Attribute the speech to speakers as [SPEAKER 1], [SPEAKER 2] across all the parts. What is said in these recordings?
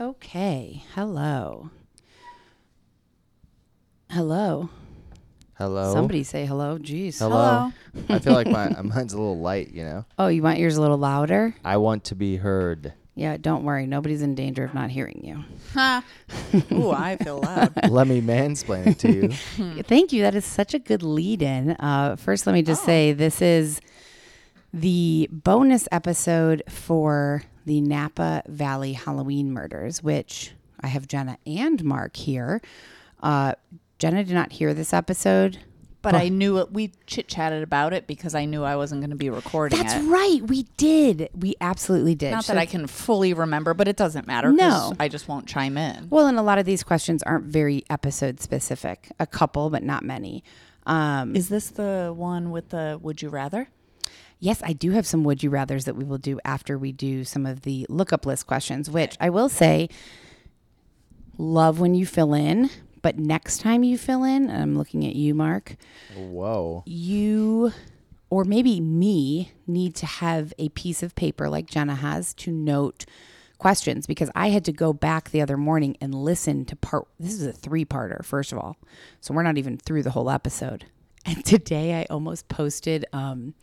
[SPEAKER 1] Okay. Hello. Hello.
[SPEAKER 2] Hello.
[SPEAKER 1] Somebody say hello. Jeez.
[SPEAKER 2] Hello. I feel like my mine's a little light, you know.
[SPEAKER 1] Oh, you want yours a little louder?
[SPEAKER 2] I want to be heard.
[SPEAKER 1] Yeah, don't worry. Nobody's in danger of not hearing you.
[SPEAKER 3] Ha. Ooh, I feel loud.
[SPEAKER 2] Let me mansplain it to you.
[SPEAKER 1] Thank you. That is such a good lead in. Uh, first, let me just say this is the bonus episode for the Napa Valley Halloween murders, which I have Jenna and Mark here. Uh, Jenna did not hear this episode.
[SPEAKER 3] But I knew it. We chit chatted about it because I knew I wasn't going to be recording
[SPEAKER 1] That's
[SPEAKER 3] it.
[SPEAKER 1] right. We did. We absolutely did.
[SPEAKER 3] Not
[SPEAKER 1] So
[SPEAKER 3] that I can fully remember, but it doesn't matter. 'cause
[SPEAKER 1] No.
[SPEAKER 3] I just won't chime in.
[SPEAKER 1] Well, and a lot of these questions aren't very episode specific. A couple, but not many. Um,
[SPEAKER 3] Is this the one with the would you rather?
[SPEAKER 1] yes, I do have some would you rather's that we will do after we do some of the lookup list questions, which I will say, love when you fill in. But next time you fill in, and I'm looking at you, Mark,
[SPEAKER 2] Whoa.
[SPEAKER 1] you or maybe me need to have a piece of paper like Jenna has to note questions because I had to go back the other morning and listen to part this is a three-parter first of all. So we're not even through the whole episode. And today I almost posted um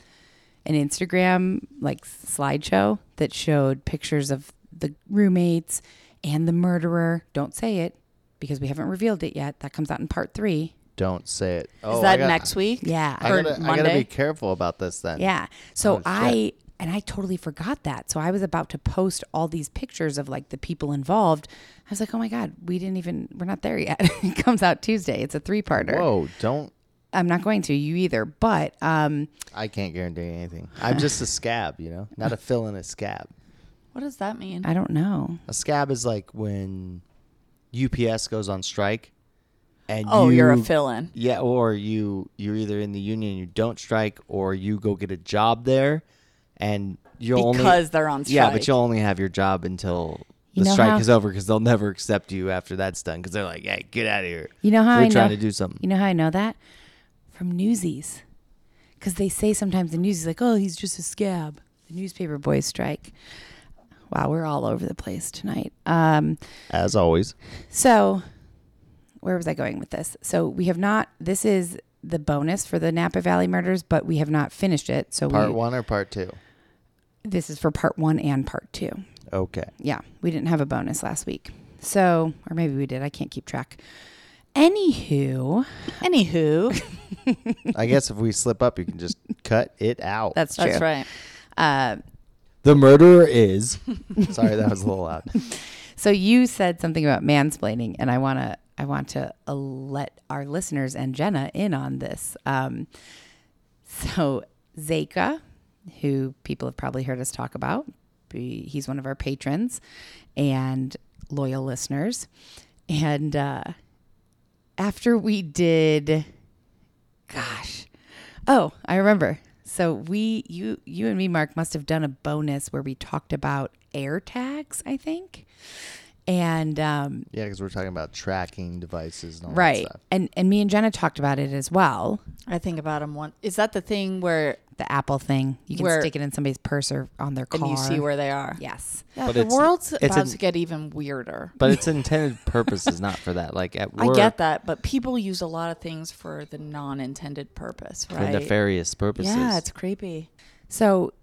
[SPEAKER 1] an Instagram like slideshow that showed pictures of the roommates and the murderer. Don't say it because we haven't revealed it yet. That comes out in part 3.
[SPEAKER 2] Don't say it. Oh,
[SPEAKER 3] Is
[SPEAKER 2] I
[SPEAKER 3] that
[SPEAKER 2] got-
[SPEAKER 3] next week?
[SPEAKER 1] Yeah.
[SPEAKER 2] I
[SPEAKER 3] Or
[SPEAKER 2] gotta, I gotta
[SPEAKER 3] Monday?
[SPEAKER 2] be careful about this then.
[SPEAKER 1] Yeah. So
[SPEAKER 2] Oh,
[SPEAKER 1] I and I totally forgot that. So I was about to post all these pictures of like the people involved. I was like, "Oh my god, we didn't even we're not there yet." it comes out Tuesday. It's a three-parter.
[SPEAKER 2] Whoa. Don't.
[SPEAKER 1] I'm not going to you either, but um
[SPEAKER 2] I can't guarantee anything. I'm just a scab, you know, not a fill in a scab.
[SPEAKER 3] What does that mean?
[SPEAKER 1] I don't know.
[SPEAKER 2] A scab is like when UPS goes on strike, and
[SPEAKER 3] oh,
[SPEAKER 2] you,
[SPEAKER 3] you, are a fill in.
[SPEAKER 2] Yeah, or you you're either in the union, you don't strike, or you go get a job there, and you'll only
[SPEAKER 3] Because they're on strike.
[SPEAKER 2] yeah, but you'll only have your job until
[SPEAKER 1] You
[SPEAKER 2] the
[SPEAKER 1] know
[SPEAKER 2] strike
[SPEAKER 1] how-
[SPEAKER 2] is over because they'll never accept you after that's done because they're like, hey, get out of here.
[SPEAKER 1] You know how
[SPEAKER 2] We're
[SPEAKER 1] I
[SPEAKER 2] trying
[SPEAKER 1] know-
[SPEAKER 2] to do something.
[SPEAKER 1] You know how I know that? From Newsies. Cuz they say sometimes in Newsies like, "Oh, he's just a scab." The newspaper boys strike. Wow, we're all over the place tonight. Um
[SPEAKER 2] As always,
[SPEAKER 1] So, where was I going with this? So, we have not, this is the bonus for the Napa Valley murders, but we have not finished it. So,
[SPEAKER 2] part
[SPEAKER 1] we,
[SPEAKER 2] one or part two?
[SPEAKER 1] this is for part one and part two.
[SPEAKER 2] Okay.
[SPEAKER 1] Yeah, we didn't have a bonus last week. So, or maybe we did. I can't keep track. Anywho,
[SPEAKER 3] Anywho,
[SPEAKER 2] I guess if we slip up, you can just cut it out.
[SPEAKER 1] that's true.
[SPEAKER 3] that's right.
[SPEAKER 1] Uh,
[SPEAKER 2] the murderer is. Sorry, that was a little loud.
[SPEAKER 1] so you said something about mansplaining, and I want to I want to uh, let our listeners and Jenna in on this. Um, so Zeka, who people have probably heard us talk about, be- he's one of our patrons and loyal listeners, and uh, after we did, gosh, oh, I remember. So we, you, you and me, Mark, must have done a bonus where we talked about air tags, I think, and um,
[SPEAKER 2] Yeah, because we're talking about tracking devices and all
[SPEAKER 1] right,
[SPEAKER 2] that stuff.
[SPEAKER 1] and and me and Jenna talked about it as well.
[SPEAKER 3] I think about him one. Is that the thing where
[SPEAKER 1] The Apple thing, you can
[SPEAKER 3] Where-
[SPEAKER 1] stick it in somebody's purse or on their car.
[SPEAKER 3] and you see where they are?
[SPEAKER 1] yes,
[SPEAKER 3] Yeah,
[SPEAKER 2] But
[SPEAKER 3] the
[SPEAKER 2] it's-
[SPEAKER 3] world's
[SPEAKER 2] it's
[SPEAKER 3] about
[SPEAKER 2] an-
[SPEAKER 3] to get even weirder.
[SPEAKER 2] But its intended purpose is not for that. Like at work,
[SPEAKER 3] I get that, but people use a lot of things for the non-intended purpose,
[SPEAKER 2] for
[SPEAKER 3] right?
[SPEAKER 2] nefarious purposes.
[SPEAKER 3] yeah, it's creepy.
[SPEAKER 1] So,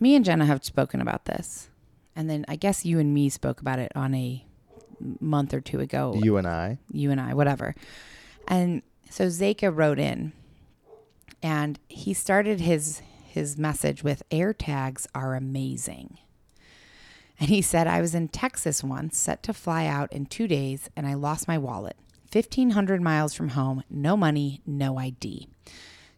[SPEAKER 1] me and Jenna have spoken about this, and then I guess you and me spoke about it on a month or two ago.
[SPEAKER 2] you and I.
[SPEAKER 1] you and I, whatever. And so Zeka wrote in and he started his his message with air tags are amazing. And he said, I was in Texas once, set to fly out in two days, and I lost my wallet. 1,500 miles from home, no money, no ID.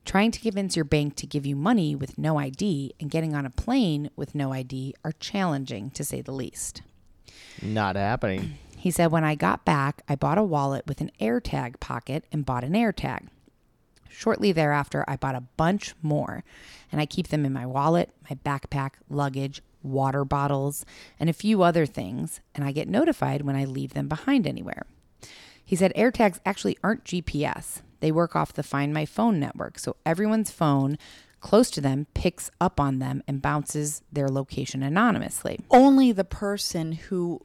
[SPEAKER 1] Trying to convince your bank to give you money with no ID and getting on a plane with no ID are challenging, to say the least.
[SPEAKER 2] Not happening.
[SPEAKER 1] He said, When I got back, I bought a wallet with an AirTag pocket and bought an AirTag. Shortly thereafter, I bought a bunch more, and I keep them in my wallet, my backpack, luggage, water bottles, and a few other things, and I get notified when I leave them behind anywhere. He said AirTags actually aren't GPS. They work off the Find My Phone network, so everyone's phone close to them picks up on them and bounces their location anonymously.
[SPEAKER 3] Only the person who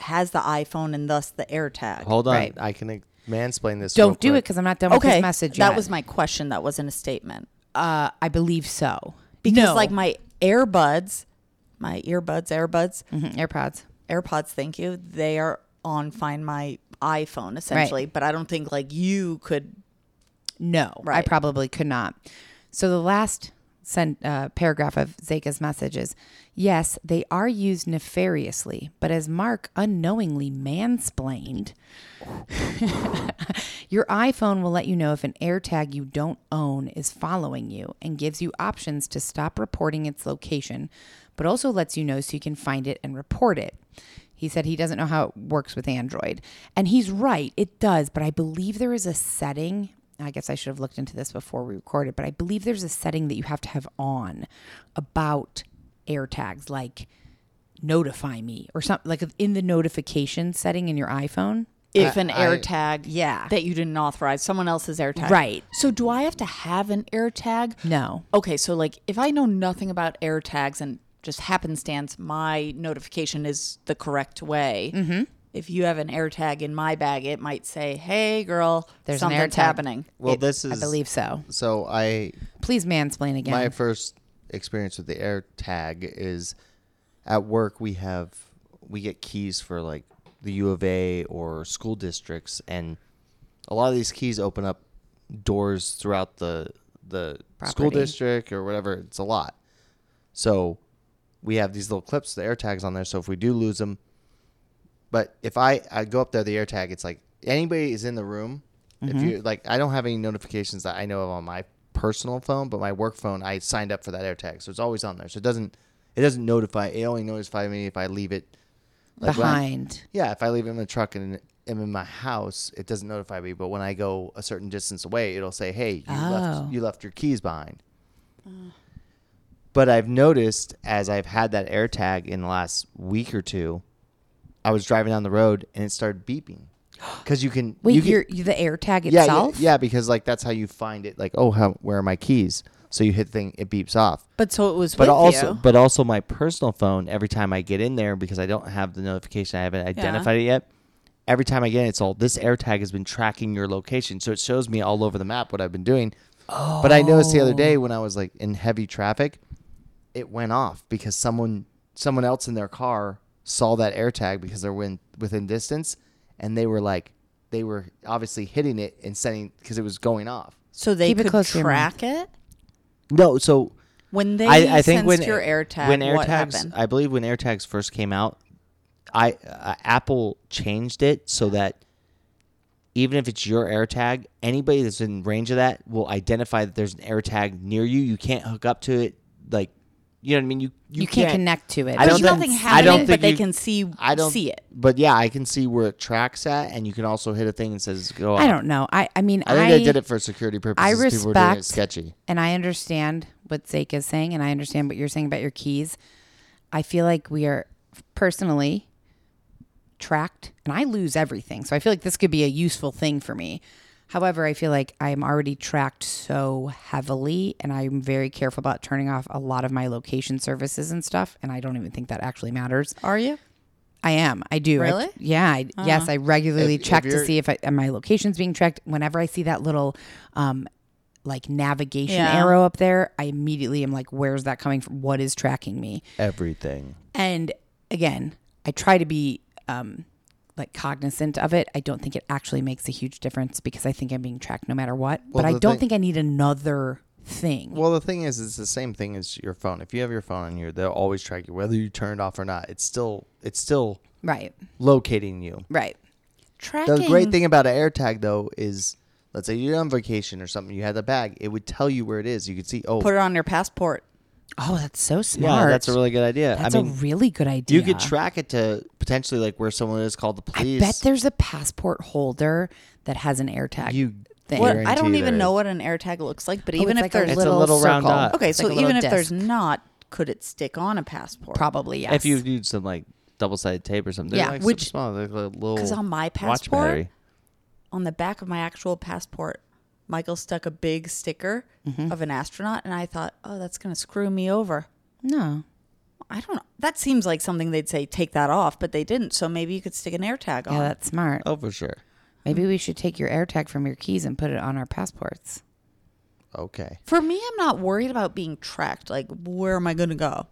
[SPEAKER 3] has the iPhone and thus the AirTag.
[SPEAKER 2] Hold on,
[SPEAKER 1] Right.
[SPEAKER 2] I can ex- mansplain this. real
[SPEAKER 1] Don't do it
[SPEAKER 2] quick.
[SPEAKER 1] because I'm not done with
[SPEAKER 3] Okay,
[SPEAKER 1] this message yet.
[SPEAKER 3] that was my question. That wasn't a statement
[SPEAKER 1] uh, I believe so.
[SPEAKER 3] because,
[SPEAKER 1] No.
[SPEAKER 3] like, my earbuds, my earbuds, AirBuds,
[SPEAKER 1] Mhm, AirPods.
[SPEAKER 3] AirPods. Thank you. They are on Find My iPhone essentially, but I don't think like you could.
[SPEAKER 1] No, I
[SPEAKER 3] Right.
[SPEAKER 1] probably could not. So the last sent, uh, paragraph of Zeka's message is yes, they are used nefariously, but as Mark unknowingly mansplained, your iPhone will let you know if an AirTag you don't own is following you and gives you options to stop reporting its location, but also lets you know so you can find it and report it. He said he doesn't know how it works with Android. And he's right, it does, but I believe there is a setting. I guess I should have looked into this before we recorded, but I believe there's a setting that you have to have on about AirTags, like notify me or something, like in the notification setting in your iPhone.
[SPEAKER 3] If an
[SPEAKER 2] I-
[SPEAKER 3] AirTag,
[SPEAKER 1] Uh, yeah.
[SPEAKER 3] that you didn't authorize, someone else's AirTag,
[SPEAKER 1] Right.
[SPEAKER 3] So, do I have to have an AirTag?
[SPEAKER 1] No.
[SPEAKER 3] Okay, so like if I know nothing about air tags and just happenstance, my notification is the correct way. Mm-hmm. If you have an air tag in my bag, it might say, "Hey, girl,
[SPEAKER 1] There's an
[SPEAKER 3] something's
[SPEAKER 1] AirTag."
[SPEAKER 3] happening."
[SPEAKER 2] Well, this is.
[SPEAKER 1] I believe so.
[SPEAKER 2] So I
[SPEAKER 1] Please mansplain again.
[SPEAKER 2] My first experience with the air tag is at work we have we get keys for like the U of A or school districts and a lot of these keys open up doors throughout the the school
[SPEAKER 1] Property.
[SPEAKER 2] district or whatever. It's a lot. So we have these little clips, the air tags on there, so if we do lose them but if I, I go up there, the air tag, it's like anybody is in the room. If you like, I don't have any notifications that I know of on my personal phone, but my work phone, I signed up for that air tag, so it's always on there. So it doesn't, it doesn't notify. It only notifies me if I leave it like, when I-
[SPEAKER 1] Behind.
[SPEAKER 2] yeah, if I leave it in the truck and am in my house, it doesn't notify me. But when I go a certain distance away, it'll say, "Hey, you
[SPEAKER 1] Oh.
[SPEAKER 2] left you left your keys behind." But I've noticed as I've had that AirTag in the last week or two, I was driving down the road and it started beeping because you can
[SPEAKER 1] Wait,
[SPEAKER 2] you
[SPEAKER 1] you
[SPEAKER 2] can-
[SPEAKER 1] your, the air tag
[SPEAKER 2] yeah,
[SPEAKER 1] itself?
[SPEAKER 2] yeah yeah because like that's how you find it like oh how where are my keys so you hit the thing it beeps off
[SPEAKER 3] But so it was
[SPEAKER 2] but
[SPEAKER 3] with
[SPEAKER 2] also
[SPEAKER 3] you.
[SPEAKER 2] but also my personal phone every time i get in there because i don't have the notification i haven't identified it yet every time i get in it's all this airtag has been tracking your location so it shows me all over the map what i've been doing oh. but i noticed the other day when i was like in heavy traffic it went off because someone someone else in their car saw that airtag because they're within, within distance and they were like they were obviously hitting it and sending because it was going off
[SPEAKER 3] so they
[SPEAKER 1] Keep it
[SPEAKER 3] could
[SPEAKER 1] close to your mouth.
[SPEAKER 3] track it
[SPEAKER 2] no so
[SPEAKER 3] when they
[SPEAKER 2] I, I think
[SPEAKER 3] sensed
[SPEAKER 2] when
[SPEAKER 3] your air tag.
[SPEAKER 2] when
[SPEAKER 3] what
[SPEAKER 2] AirTags,
[SPEAKER 3] happened?
[SPEAKER 2] I believe when AirTags first came out, I uh, Apple changed it so that even if it's your AirTag, anybody that's in range of that will identify that there's an AirTag near you. You can't hook up to it, like you know what I mean. You you,
[SPEAKER 1] You, can't, connect to it.
[SPEAKER 2] I don't
[SPEAKER 3] There's
[SPEAKER 2] think-
[SPEAKER 3] nothing
[SPEAKER 2] I
[SPEAKER 3] happening,
[SPEAKER 2] don't
[SPEAKER 3] but
[SPEAKER 2] think
[SPEAKER 3] they
[SPEAKER 2] you-
[SPEAKER 3] can see
[SPEAKER 2] I don't
[SPEAKER 3] see it.
[SPEAKER 2] but yeah, I can see where it tracks at, and you can also hit a thing and says go.
[SPEAKER 1] I
[SPEAKER 2] up.
[SPEAKER 1] don't know. I, I mean,
[SPEAKER 2] I
[SPEAKER 1] I,
[SPEAKER 2] think they did it for security purposes.
[SPEAKER 1] I
[SPEAKER 2] People were doing it
[SPEAKER 1] respect-
[SPEAKER 2] sketchy.
[SPEAKER 1] and I understand what Zeke is saying, and I understand what you're saying about your keys. I feel like we are personally tracked, and I lose everything. So I feel like this could be a useful thing for me. However, I feel like I'm already tracked so heavily, and I'm very careful about turning off a lot of my location services and stuff. And I don't even think that actually matters.
[SPEAKER 3] Are you?
[SPEAKER 1] I am. I do. I-
[SPEAKER 3] Really? Uh-huh.
[SPEAKER 1] yeah. I, Yes, I regularly
[SPEAKER 2] If- if
[SPEAKER 1] check to
[SPEAKER 2] you're-
[SPEAKER 1] see if, I, my location's being tracked. Whenever I see that little, um, like navigation
[SPEAKER 3] Yeah.
[SPEAKER 1] arrow up there, I immediately am like, "Where's that coming from? What is tracking me?"
[SPEAKER 2] Everything.
[SPEAKER 1] And again, I try to be um, like cognizant of it. I don't think it actually makes a huge difference because I think I'm being tracked no matter what.
[SPEAKER 2] Well,
[SPEAKER 1] but I
[SPEAKER 2] the
[SPEAKER 1] don't
[SPEAKER 2] thing-
[SPEAKER 1] think I need another thing.
[SPEAKER 2] Well, the thing is, it's the same thing as your phone. If you have your phone on you, they'll always track you, whether you turn it off or not. It's still, it's still
[SPEAKER 1] right.
[SPEAKER 2] locating you.
[SPEAKER 1] Right.
[SPEAKER 3] Tracking.
[SPEAKER 2] The great thing about an AirTag though is, let's say you're on vacation or something, you had the bag, it would tell you where it is. You could see, oh,
[SPEAKER 3] Put it on your passport.
[SPEAKER 1] Oh, that's so smart.
[SPEAKER 2] yeah, that's a really good idea.
[SPEAKER 1] That's
[SPEAKER 2] I mean,
[SPEAKER 1] a really good idea.
[SPEAKER 2] you could track it to potentially like where someone is called the
[SPEAKER 1] I
[SPEAKER 2] police.
[SPEAKER 1] bet there's a passport holder that has an AirTag.
[SPEAKER 2] you.
[SPEAKER 1] Thing.
[SPEAKER 3] What,
[SPEAKER 2] guarantee
[SPEAKER 3] I don't even
[SPEAKER 2] there
[SPEAKER 3] know
[SPEAKER 2] is.
[SPEAKER 3] what an air tag looks like, but
[SPEAKER 1] Oh, it's
[SPEAKER 3] even if
[SPEAKER 1] like
[SPEAKER 3] there's
[SPEAKER 2] It's a little round
[SPEAKER 1] circle.
[SPEAKER 2] dot.
[SPEAKER 3] Okay,
[SPEAKER 1] It's
[SPEAKER 3] so
[SPEAKER 1] like a little
[SPEAKER 3] even if there's
[SPEAKER 1] disc.
[SPEAKER 3] not, could it stick on a passport?
[SPEAKER 1] probably yes.
[SPEAKER 2] If you need some like double-sided tape or something,
[SPEAKER 1] Yeah,
[SPEAKER 2] yeah, like
[SPEAKER 1] which-
[SPEAKER 2] which small, like a little.
[SPEAKER 3] Because on my
[SPEAKER 2] watch
[SPEAKER 3] passport,
[SPEAKER 2] battery.
[SPEAKER 3] on the back of my actual passport, Michael stuck a big
[SPEAKER 1] Mm-hmm.
[SPEAKER 3] sticker of an astronaut, and I thought, oh, that's going to screw me over.
[SPEAKER 1] no,
[SPEAKER 3] I don't know. That seems like something they'd say take that off, but they didn't. So maybe you could stick an AirTag on.
[SPEAKER 1] Yeah, that's smart.
[SPEAKER 2] Oh, for sure.
[SPEAKER 1] Maybe we should take your AirTag from your keys and put it on our passports.
[SPEAKER 2] Okay.
[SPEAKER 3] For me, I'm not worried about being tracked. Like, where am I going to go?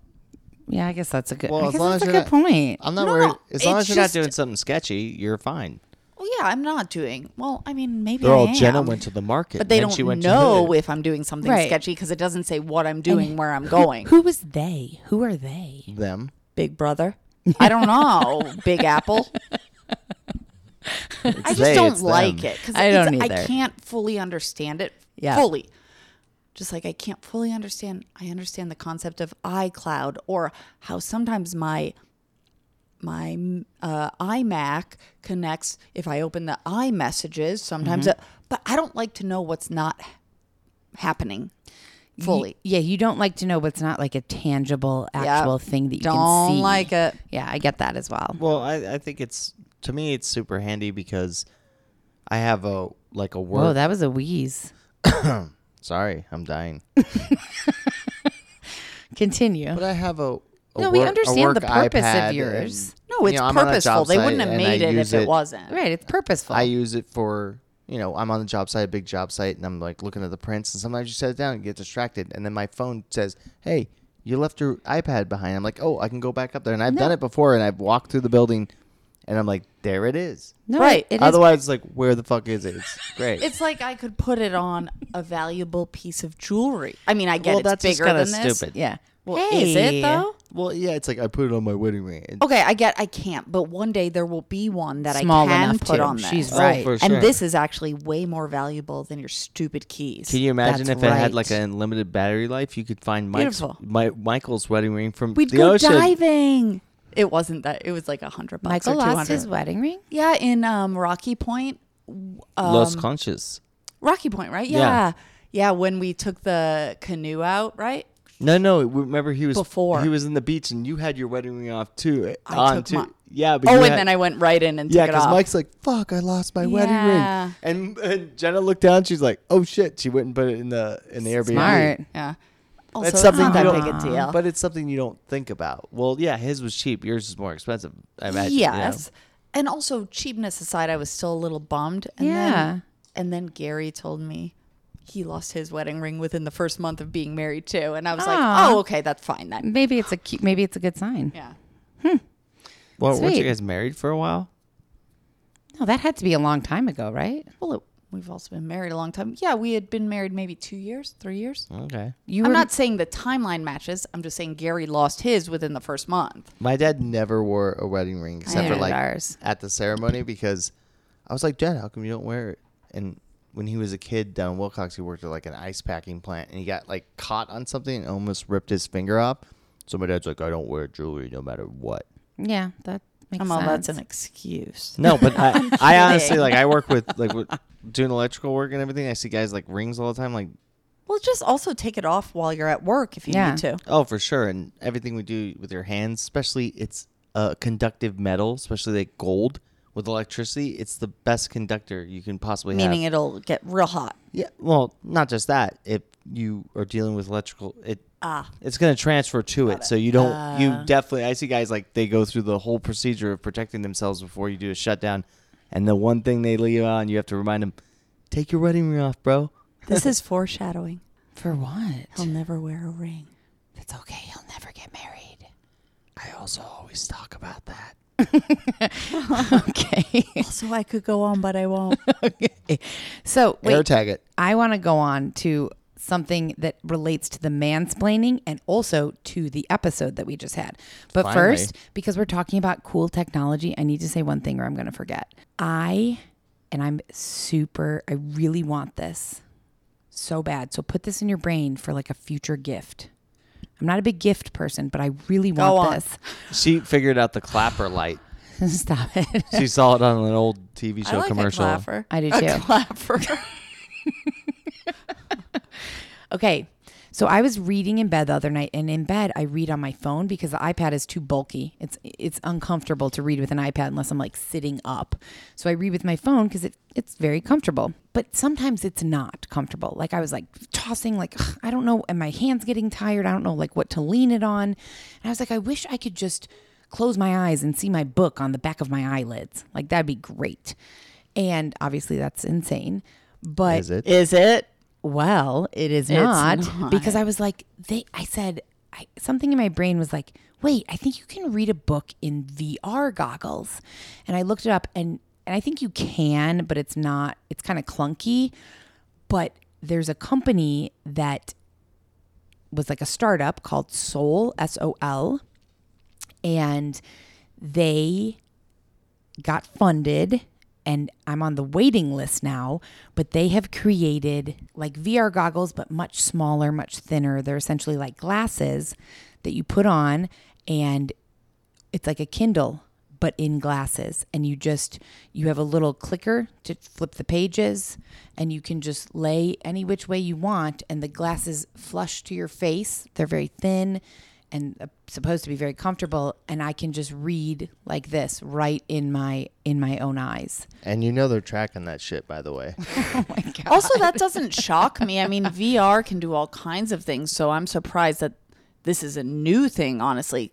[SPEAKER 1] Yeah, I guess that's a good.
[SPEAKER 2] Well,
[SPEAKER 1] I
[SPEAKER 2] as
[SPEAKER 1] guess
[SPEAKER 2] long
[SPEAKER 1] that's
[SPEAKER 2] as
[SPEAKER 1] a
[SPEAKER 2] you're
[SPEAKER 1] good point.
[SPEAKER 2] I'm not
[SPEAKER 3] No,
[SPEAKER 2] worried.
[SPEAKER 3] no,
[SPEAKER 2] As long as
[SPEAKER 3] it's
[SPEAKER 2] you're
[SPEAKER 3] just-
[SPEAKER 2] not doing something sketchy, you're fine.
[SPEAKER 3] Well, yeah, I'm not doing. Well, I mean, maybe
[SPEAKER 2] They're
[SPEAKER 3] I
[SPEAKER 2] all
[SPEAKER 3] am.
[SPEAKER 2] Jenna went to the market.
[SPEAKER 3] but they
[SPEAKER 2] and
[SPEAKER 3] don't
[SPEAKER 2] she went To
[SPEAKER 3] know
[SPEAKER 2] the-
[SPEAKER 3] if I'm doing something
[SPEAKER 1] Right.
[SPEAKER 3] sketchy because it doesn't say what I'm doing, where I'm going.
[SPEAKER 1] Who was they? Who are they?
[SPEAKER 2] them.
[SPEAKER 3] Big Brother. I don't know. Big Apple. I just
[SPEAKER 2] they,
[SPEAKER 3] don't
[SPEAKER 2] it's
[SPEAKER 3] like
[SPEAKER 2] them.
[SPEAKER 3] it because
[SPEAKER 1] I don't either.
[SPEAKER 3] I can't fully understand it
[SPEAKER 1] Yeah.
[SPEAKER 3] fully. Just like I can't fully understand. I understand the concept of iCloud or how sometimes my my uh, iMac connects if I open the iMessages sometimes,
[SPEAKER 1] Mm-hmm.
[SPEAKER 3] uh, but I don't like to know what's not happening fully.
[SPEAKER 1] Yeah, you don't like to know what's not like a tangible,
[SPEAKER 3] Yeah.
[SPEAKER 1] actual thing that you can
[SPEAKER 3] Don't
[SPEAKER 1] see.
[SPEAKER 3] like it.
[SPEAKER 1] Yeah, I get that as well.
[SPEAKER 2] Well, I, I think it's to me it's super handy because I have a like a work.
[SPEAKER 1] Whoa, that was a wheeze.
[SPEAKER 2] sorry, I'm dying.
[SPEAKER 1] Continue.
[SPEAKER 2] But I have a. a
[SPEAKER 1] No, we
[SPEAKER 2] work- a
[SPEAKER 1] understand the
[SPEAKER 2] work
[SPEAKER 1] purpose of
[SPEAKER 2] iPad and,
[SPEAKER 1] yours.
[SPEAKER 3] No, it's
[SPEAKER 2] you know, I'm on a
[SPEAKER 3] purposeful.
[SPEAKER 2] job
[SPEAKER 3] They wouldn't
[SPEAKER 2] site
[SPEAKER 3] have
[SPEAKER 2] and I
[SPEAKER 3] made it
[SPEAKER 2] use
[SPEAKER 3] if it, wasn't.
[SPEAKER 1] Right, it's purposeful.
[SPEAKER 2] I use it for you know I'm on the job site, a big job site, and I'm like looking at the prints, and sometimes you set it down and get distracted, and then my phone says, "Hey, you left your iPad behind." I'm like, "Oh, I can go back up there," and I've done it before, and I've walked through the building, and I'm like, "There it is."
[SPEAKER 1] no,
[SPEAKER 3] Right.
[SPEAKER 1] It is.
[SPEAKER 2] Otherwise, it's like, where the fuck is it? It's great.
[SPEAKER 3] It's like I could put it on a valuable piece of jewelry. I mean, I get
[SPEAKER 2] well,
[SPEAKER 3] it's
[SPEAKER 2] that's just
[SPEAKER 3] bigger
[SPEAKER 2] kinda
[SPEAKER 3] than this.
[SPEAKER 2] stupid.
[SPEAKER 1] yeah.
[SPEAKER 3] Well, is it though?
[SPEAKER 2] Well, yeah, it's like I put it on my wedding ring.
[SPEAKER 1] Oh,
[SPEAKER 2] It-
[SPEAKER 3] Okay, I get I can't, but one day there will be one that
[SPEAKER 1] Small
[SPEAKER 3] I can
[SPEAKER 1] enough
[SPEAKER 3] put
[SPEAKER 1] to.
[SPEAKER 3] on this.
[SPEAKER 1] She's
[SPEAKER 2] Oh,
[SPEAKER 1] right.
[SPEAKER 2] for
[SPEAKER 3] and
[SPEAKER 2] sure.
[SPEAKER 3] this is actually way more valuable than your stupid keys.
[SPEAKER 2] Can you imagine
[SPEAKER 1] That's
[SPEAKER 2] if it had like
[SPEAKER 1] right.
[SPEAKER 2] an unlimited battery life? You could find Mike's,
[SPEAKER 3] Beautiful.
[SPEAKER 2] my, Michael's wedding ring from
[SPEAKER 3] We'd
[SPEAKER 2] the
[SPEAKER 3] go
[SPEAKER 2] ocean.
[SPEAKER 3] diving. It wasn't that. It was like a hundred bucks
[SPEAKER 1] Michael
[SPEAKER 3] or two
[SPEAKER 1] lost his
[SPEAKER 3] hundred.
[SPEAKER 1] wedding ring.
[SPEAKER 3] Yeah, in um, Rocky Point.
[SPEAKER 2] Los
[SPEAKER 1] um,
[SPEAKER 2] Conchas.
[SPEAKER 3] Rocky Point, right?
[SPEAKER 2] Yeah.
[SPEAKER 3] Yeah. yeah, When we took the canoe out, right?
[SPEAKER 2] No, no. Remember, he was
[SPEAKER 3] Before.
[SPEAKER 2] he was in the beach, and you had your wedding ring off too. uh,
[SPEAKER 3] I
[SPEAKER 2] on
[SPEAKER 3] took
[SPEAKER 2] too.
[SPEAKER 3] my-
[SPEAKER 2] yeah, but
[SPEAKER 3] Oh,
[SPEAKER 2] you
[SPEAKER 3] and
[SPEAKER 2] had-
[SPEAKER 3] then I went right in and
[SPEAKER 2] yeah,
[SPEAKER 3] took it off.
[SPEAKER 2] Mike's like, "Fuck, I lost my
[SPEAKER 3] Yeah.
[SPEAKER 2] wedding ring," and, and Jenna looked down. She's like, "Oh shit!" She went and put it in the in the Airbnb.
[SPEAKER 1] Smart.
[SPEAKER 3] yeah. Also,
[SPEAKER 2] That's something
[SPEAKER 3] it's
[SPEAKER 2] you
[SPEAKER 3] not that
[SPEAKER 2] don't,
[SPEAKER 3] big a deal.
[SPEAKER 2] but it's something you don't think about. Well, yeah, his was cheap. Yours is more expensive. I imagine. you know?
[SPEAKER 3] Yes. And also cheapness aside, I was still a little bummed. And
[SPEAKER 1] Yeah.
[SPEAKER 3] Then, and then Gary told me he lost his wedding ring within the first month of being married too. And I was like,
[SPEAKER 1] Aw.
[SPEAKER 3] oh, okay, that's fine then.
[SPEAKER 1] Maybe it's a cu- maybe it's a good sign.
[SPEAKER 3] Yeah.
[SPEAKER 2] Well, weren't you
[SPEAKER 1] Sweet.
[SPEAKER 2] guys married for a while?
[SPEAKER 1] No, that had to be a long time ago, right?
[SPEAKER 3] Well, it, we've also been married a long time. Yeah, we had been married maybe two years, three years.
[SPEAKER 2] Okay.
[SPEAKER 1] You
[SPEAKER 3] I'm
[SPEAKER 1] were
[SPEAKER 3] not saying the timeline matches. I'm just saying Gary lost his within the first month.
[SPEAKER 2] My dad never wore a wedding ring except for
[SPEAKER 1] hated
[SPEAKER 2] like
[SPEAKER 1] ours.
[SPEAKER 2] at the ceremony because I was like, Dad, how come you don't wear it? And when he was a kid down in Wilcox, he worked at like an ice packing plant and he got like caught on something and almost ripped his finger off. So my dad's like, I don't wear jewelry no matter what.
[SPEAKER 1] Yeah, that makes
[SPEAKER 3] I'm all,
[SPEAKER 1] sense.
[SPEAKER 3] that's an excuse.
[SPEAKER 2] No, but I, I honestly like I work with like with doing electrical work and everything. I see guys like rings all the time. Like,
[SPEAKER 3] Well, just also take it off while you're at work if you
[SPEAKER 1] Yeah.
[SPEAKER 3] need to.
[SPEAKER 2] oh, for sure. And everything we do with your hands, especially it's uh, conductive metal, especially like gold with electricity. It's the best conductor you can possibly have.
[SPEAKER 3] Meaning it'll get real hot.
[SPEAKER 2] Yeah, well, not just that. If you are dealing with electrical, it
[SPEAKER 3] Ah.
[SPEAKER 2] it's going to transfer to it. So you don't. you definitely. I see guys like they go through the whole procedure of protecting themselves before you do a shutdown, and the one thing they leave on, you have to remind them, take your wedding ring off, bro.
[SPEAKER 3] This is foreshadowing.
[SPEAKER 1] For what?
[SPEAKER 3] He'll never wear a ring.
[SPEAKER 1] It's okay. He'll never get married.
[SPEAKER 2] I also always talk about that.
[SPEAKER 1] Okay.
[SPEAKER 3] Also, I could go on, but I won't.
[SPEAKER 1] so wait,
[SPEAKER 2] AirTag it.
[SPEAKER 1] I want to go on to something that relates to the mansplaining and also to the episode that we just had. But
[SPEAKER 2] Finally.
[SPEAKER 1] first, because we're talking about cool technology, I need to say one thing or I'm going to forget. I and I'm super I really want this so bad. So put this in your brain for like a future gift. I'm not a big gift person, but I really
[SPEAKER 3] Go
[SPEAKER 1] want
[SPEAKER 3] on.
[SPEAKER 1] this.
[SPEAKER 2] She figured out the clapper light.
[SPEAKER 1] Stop it.
[SPEAKER 2] She saw it on an old TV show commercial.
[SPEAKER 1] I do
[SPEAKER 3] A
[SPEAKER 1] too.
[SPEAKER 3] clapper.
[SPEAKER 1] Okay. So I was reading in bed the other night, and in bed I read on my phone because the iPad is too bulky. It's it's uncomfortable to read with an iPad unless I'm like sitting up. So I read with my phone because it it's very comfortable. But sometimes it's not comfortable. Like I was like tossing, like ugh, I don't know, and my hands getting tired. I don't know like what to lean it on. And I was like, I wish I could just close my eyes and see my book on the back of my eyelids. Like that'd be great. And obviously that's insane. But
[SPEAKER 2] Is it?
[SPEAKER 3] Is it?
[SPEAKER 1] well, it is not, because I was like, they. I said I, something in my brain was like, wait, I think you can read a book in VR goggles, and I looked it up, and and I think you can, but it's not. It's kind of clunky, but there's a company that was like a startup called Soul S O L, and they got funded and I'm on the waiting list now, but they have created like VR goggles, but much smaller, much thinner. They're essentially like glasses that you put on, and it's like a Kindle, but in glasses. And you just, you have a little clicker to flip the pages, and you can just lay any which way you want, and the glasses flush to your face. They're very thin and uh, supposed to be very comfortable and I can just read like this right in my in my own eyes.
[SPEAKER 2] And you know they're tracking that shit, by the way.
[SPEAKER 3] Also, that doesn't shock me. I mean, VR can do all kinds of things, so I'm surprised that this is a new thing. Honestly,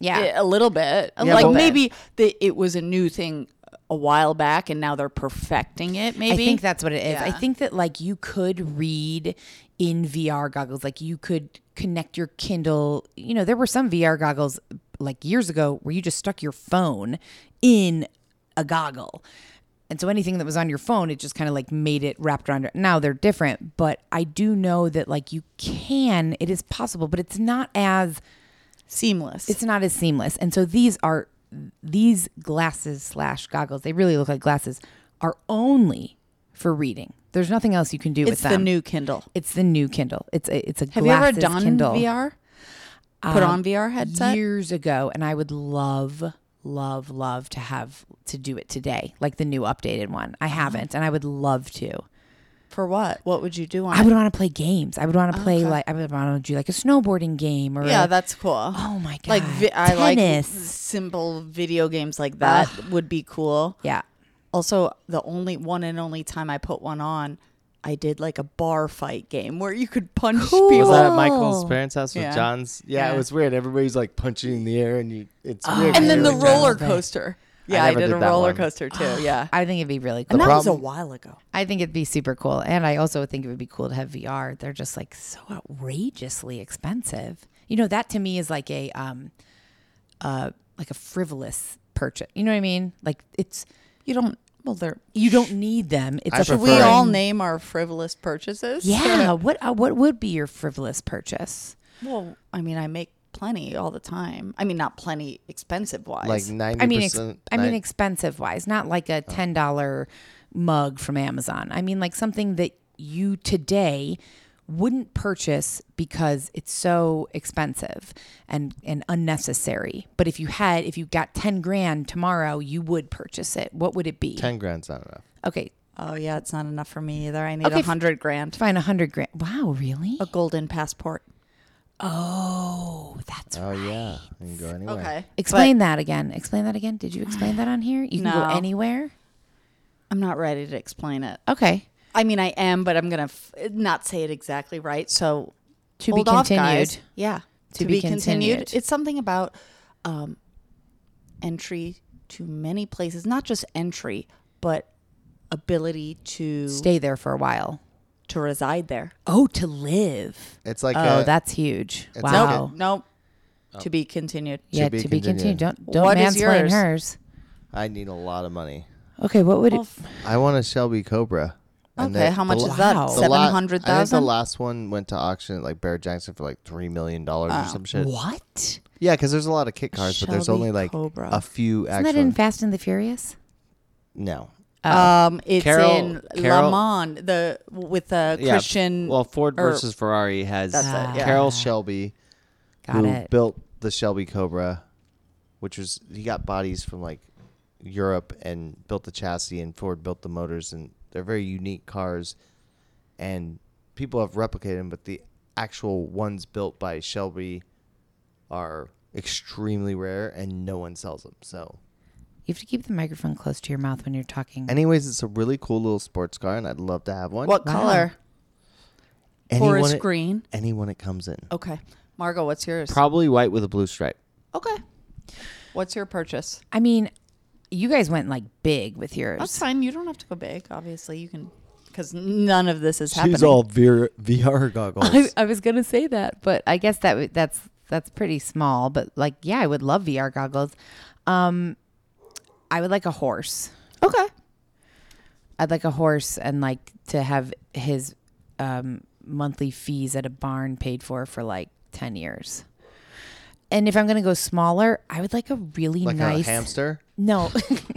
[SPEAKER 1] Yeah.
[SPEAKER 3] a little bit. like maybe the, it was a new thing a while back, and now they're perfecting it. Maybe
[SPEAKER 1] I think that's what it is. I
[SPEAKER 3] Yeah.
[SPEAKER 1] think that like you could read in VR goggles, like you could connect your Kindle. You know, there were some VR goggles like years ago where you just stuck your phone in a goggle. And so anything that was on your phone, it just kind of like made it wrapped around. it. Now they're different, but I do know that like you can, it is possible, but it's not as
[SPEAKER 3] seamless.
[SPEAKER 1] it's not as seamless. And so these are these glasses slash goggles. They really look like glasses. Are only for reading. There's nothing else you can do with
[SPEAKER 3] It's
[SPEAKER 1] them.
[SPEAKER 3] the new Kindle.
[SPEAKER 1] It's the new Kindle. It's a it's a
[SPEAKER 3] Have
[SPEAKER 1] glasses
[SPEAKER 3] you ever done
[SPEAKER 1] Kindle. Uh,
[SPEAKER 3] VR? Put on VR headset.
[SPEAKER 1] years ago, and I would love love love to have to do it today, like the new updated one.
[SPEAKER 3] Uh-huh.
[SPEAKER 1] I haven't, and I would love to.
[SPEAKER 3] For what? What would you do on?
[SPEAKER 1] I
[SPEAKER 3] it?
[SPEAKER 1] would want to play games. I would want to play like I would want to do like a snowboarding game or
[SPEAKER 3] Yeah,
[SPEAKER 1] a-
[SPEAKER 3] that's cool.
[SPEAKER 1] oh my god,
[SPEAKER 3] like vi- I like
[SPEAKER 1] tennis.
[SPEAKER 3] simple video games like that would be cool.
[SPEAKER 1] yeah,
[SPEAKER 3] Also, the only one and only time I put one on, I did like a bar fight game where you could punch
[SPEAKER 2] Was
[SPEAKER 3] people.
[SPEAKER 2] that at Michael's parents' house with
[SPEAKER 3] Yeah.
[SPEAKER 2] John's? Yeah, it
[SPEAKER 3] Yeah.
[SPEAKER 2] was weird. Everybody's like punching in the air, and you it's weird.
[SPEAKER 3] and then the
[SPEAKER 2] because you're like,
[SPEAKER 3] roller
[SPEAKER 1] Love it.
[SPEAKER 3] coaster. Yeah, I,
[SPEAKER 2] never
[SPEAKER 3] did,
[SPEAKER 2] did
[SPEAKER 3] a
[SPEAKER 2] that
[SPEAKER 3] roller
[SPEAKER 2] one.
[SPEAKER 3] coaster too. Yeah.
[SPEAKER 1] I think it'd be really cool.
[SPEAKER 3] And that was a
[SPEAKER 2] problem-
[SPEAKER 3] while ago.
[SPEAKER 1] I think it'd be super cool. And I also think it would be cool to have VR. They're just like so outrageously expensive. You know, that to me is like a um uh like a frivolous purchase. You know what I mean? Like it's
[SPEAKER 3] You don't. Well, they're.
[SPEAKER 1] you don't need them. It's
[SPEAKER 2] I
[SPEAKER 1] like a
[SPEAKER 2] prefer-
[SPEAKER 3] We
[SPEAKER 2] Right.
[SPEAKER 3] all name our frivolous purchases.
[SPEAKER 1] Yeah, what uh, what would be your frivolous purchase?
[SPEAKER 3] Well, I mean, I make plenty all the time. I mean, not plenty expensive wise.
[SPEAKER 2] like ninety
[SPEAKER 1] I mean, ex- Oh.
[SPEAKER 2] percent.
[SPEAKER 1] I mean expensive wise, not like a ten dollar mug from Amazon. I mean like something that you today wouldn't purchase because it's so expensive and and unnecessary. But if you had, if you got ten grand tomorrow, you would purchase it. What would it be?
[SPEAKER 2] ten grand's not enough.
[SPEAKER 1] Okay,
[SPEAKER 3] oh yeah, it's not enough for me either. I need
[SPEAKER 1] Okay,
[SPEAKER 3] a
[SPEAKER 1] f-
[SPEAKER 3] hundred grand.
[SPEAKER 1] fine, a hundred grand. Wow, really?
[SPEAKER 3] A golden passport.
[SPEAKER 1] Oh, that's
[SPEAKER 2] Oh yeah, you can go anywhere.
[SPEAKER 1] Explain that again. Explain that again. Did you explain that on here? You can
[SPEAKER 3] No.
[SPEAKER 1] go anywhere.
[SPEAKER 3] I'm not ready to explain it.
[SPEAKER 1] Okay.
[SPEAKER 3] I mean, I am, but I'm gonna f- not say it exactly right. So
[SPEAKER 1] To
[SPEAKER 3] hold
[SPEAKER 1] be
[SPEAKER 3] off,
[SPEAKER 1] continued.
[SPEAKER 3] guys. Yeah,
[SPEAKER 1] To be continued.
[SPEAKER 3] It's something about um, entry to many places, not just entry, but ability to
[SPEAKER 1] Stay there for a while.
[SPEAKER 3] to reside there.
[SPEAKER 1] Oh, to live.
[SPEAKER 2] It's like
[SPEAKER 1] Oh,
[SPEAKER 2] a,
[SPEAKER 1] that's huge.
[SPEAKER 2] it's
[SPEAKER 1] Wow.
[SPEAKER 2] okay.
[SPEAKER 3] Nope. To be continued.
[SPEAKER 1] Yeah,
[SPEAKER 2] To
[SPEAKER 1] to
[SPEAKER 2] be
[SPEAKER 1] be continued.
[SPEAKER 2] continued.
[SPEAKER 1] Don't don't
[SPEAKER 3] What is
[SPEAKER 1] mansplain
[SPEAKER 3] yours?
[SPEAKER 1] hers.
[SPEAKER 2] I need a lot of money.
[SPEAKER 1] Okay, what
[SPEAKER 3] Oh,
[SPEAKER 1] would it?
[SPEAKER 2] I want a Shelby Cobra. And
[SPEAKER 3] okay,
[SPEAKER 2] the- the
[SPEAKER 3] how much
[SPEAKER 2] la-
[SPEAKER 3] is that?
[SPEAKER 1] Wow.
[SPEAKER 2] the la-
[SPEAKER 3] Seven hundred
[SPEAKER 2] I think the
[SPEAKER 3] thousand.
[SPEAKER 2] last one went to auction at like Bear Jackson for like three million dollars or some shit.
[SPEAKER 1] What?
[SPEAKER 2] Yeah, because there's a lot of kit cars, but there's
[SPEAKER 3] Shelby
[SPEAKER 2] only like
[SPEAKER 3] Cobra.
[SPEAKER 2] a few
[SPEAKER 1] Isn't
[SPEAKER 2] actually.
[SPEAKER 1] that in Fast and the Furious?
[SPEAKER 2] no.
[SPEAKER 3] Um, it's
[SPEAKER 2] Carol-
[SPEAKER 3] in
[SPEAKER 2] Carol-
[SPEAKER 3] Le Mans, the with the
[SPEAKER 2] Yeah,
[SPEAKER 3] Christian.
[SPEAKER 2] Well, Ford
[SPEAKER 3] or-
[SPEAKER 2] versus Ferrari has
[SPEAKER 3] That's it, yeah.
[SPEAKER 2] Carol Shelby,
[SPEAKER 1] Oh, Got
[SPEAKER 2] who
[SPEAKER 1] it.
[SPEAKER 2] built the Shelby Cobra, which was he got bodies from like Europe and built the chassis, and Ford built the motors, and they're very unique cars, and people have replicated them, but the actual ones built by Shelby are extremely rare and no one sells them. So,
[SPEAKER 1] You have to keep the microphone close to your mouth when you're talking.
[SPEAKER 2] anyways, it's a really cool little sports car and I'd love to have one.
[SPEAKER 3] What
[SPEAKER 1] Wow.
[SPEAKER 3] color?
[SPEAKER 2] Anyone
[SPEAKER 3] Forest
[SPEAKER 2] it-
[SPEAKER 3] green.
[SPEAKER 2] Anyone it comes in.
[SPEAKER 3] Okay. Margot, what's yours?
[SPEAKER 2] Probably white with a blue stripe.
[SPEAKER 3] okay. What's your purchase?
[SPEAKER 1] I mean, you guys went like big with yours.
[SPEAKER 3] That's fine. You don't have to go big. Obviously, you can because none of this is
[SPEAKER 2] She's
[SPEAKER 3] happening.
[SPEAKER 2] all VR, VR goggles.
[SPEAKER 1] I, I was gonna say that, but I guess that w- that's that's pretty small. But like, yeah, I would love VR goggles. Um, I would like a horse.
[SPEAKER 3] okay.
[SPEAKER 1] I'd like a horse and like to have his um, monthly fees at a barn paid for for like ten years. And if I'm gonna go smaller, I would like a really
[SPEAKER 2] like
[SPEAKER 1] nice
[SPEAKER 2] a hamster.
[SPEAKER 1] no.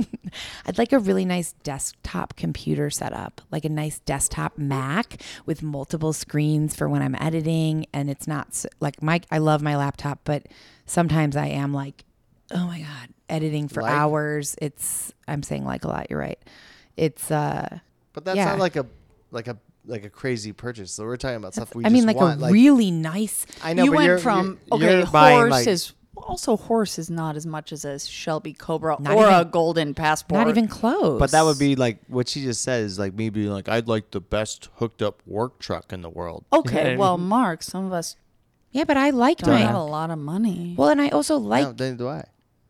[SPEAKER 1] I'd like a really nice desktop computer setup, like a nice desktop Mac with multiple screens for when I'm editing. And it's not s- like my, I love my laptop, but sometimes I am like, oh my God, editing for
[SPEAKER 2] Like?
[SPEAKER 1] hours. It's, I'm saying like a lot. You're right. It's, uh,
[SPEAKER 2] But that's
[SPEAKER 1] Yeah.
[SPEAKER 2] not like a like a like a crazy purchase. So we're talking about stuff we
[SPEAKER 1] I mean, like
[SPEAKER 2] just want.
[SPEAKER 1] a really nice,
[SPEAKER 2] I know
[SPEAKER 3] you
[SPEAKER 2] but
[SPEAKER 3] went
[SPEAKER 2] you're-
[SPEAKER 3] from
[SPEAKER 2] you're-
[SPEAKER 3] okay
[SPEAKER 2] you're buying,
[SPEAKER 3] horse
[SPEAKER 2] like-
[SPEAKER 3] is also horse is not as much as a Shelby Cobra
[SPEAKER 1] Not
[SPEAKER 3] or
[SPEAKER 1] even-
[SPEAKER 3] a Golden Passport.
[SPEAKER 1] not even close.
[SPEAKER 2] But that would be like what she just said is like me being like, I'd like the best hooked up work truck in the world.
[SPEAKER 3] Okay, well, Mark, some of us
[SPEAKER 1] yeah, but I liked
[SPEAKER 3] don't have
[SPEAKER 1] mine.
[SPEAKER 3] a lot of money.
[SPEAKER 1] Well, and I also
[SPEAKER 2] I
[SPEAKER 1] like
[SPEAKER 2] don't think do I.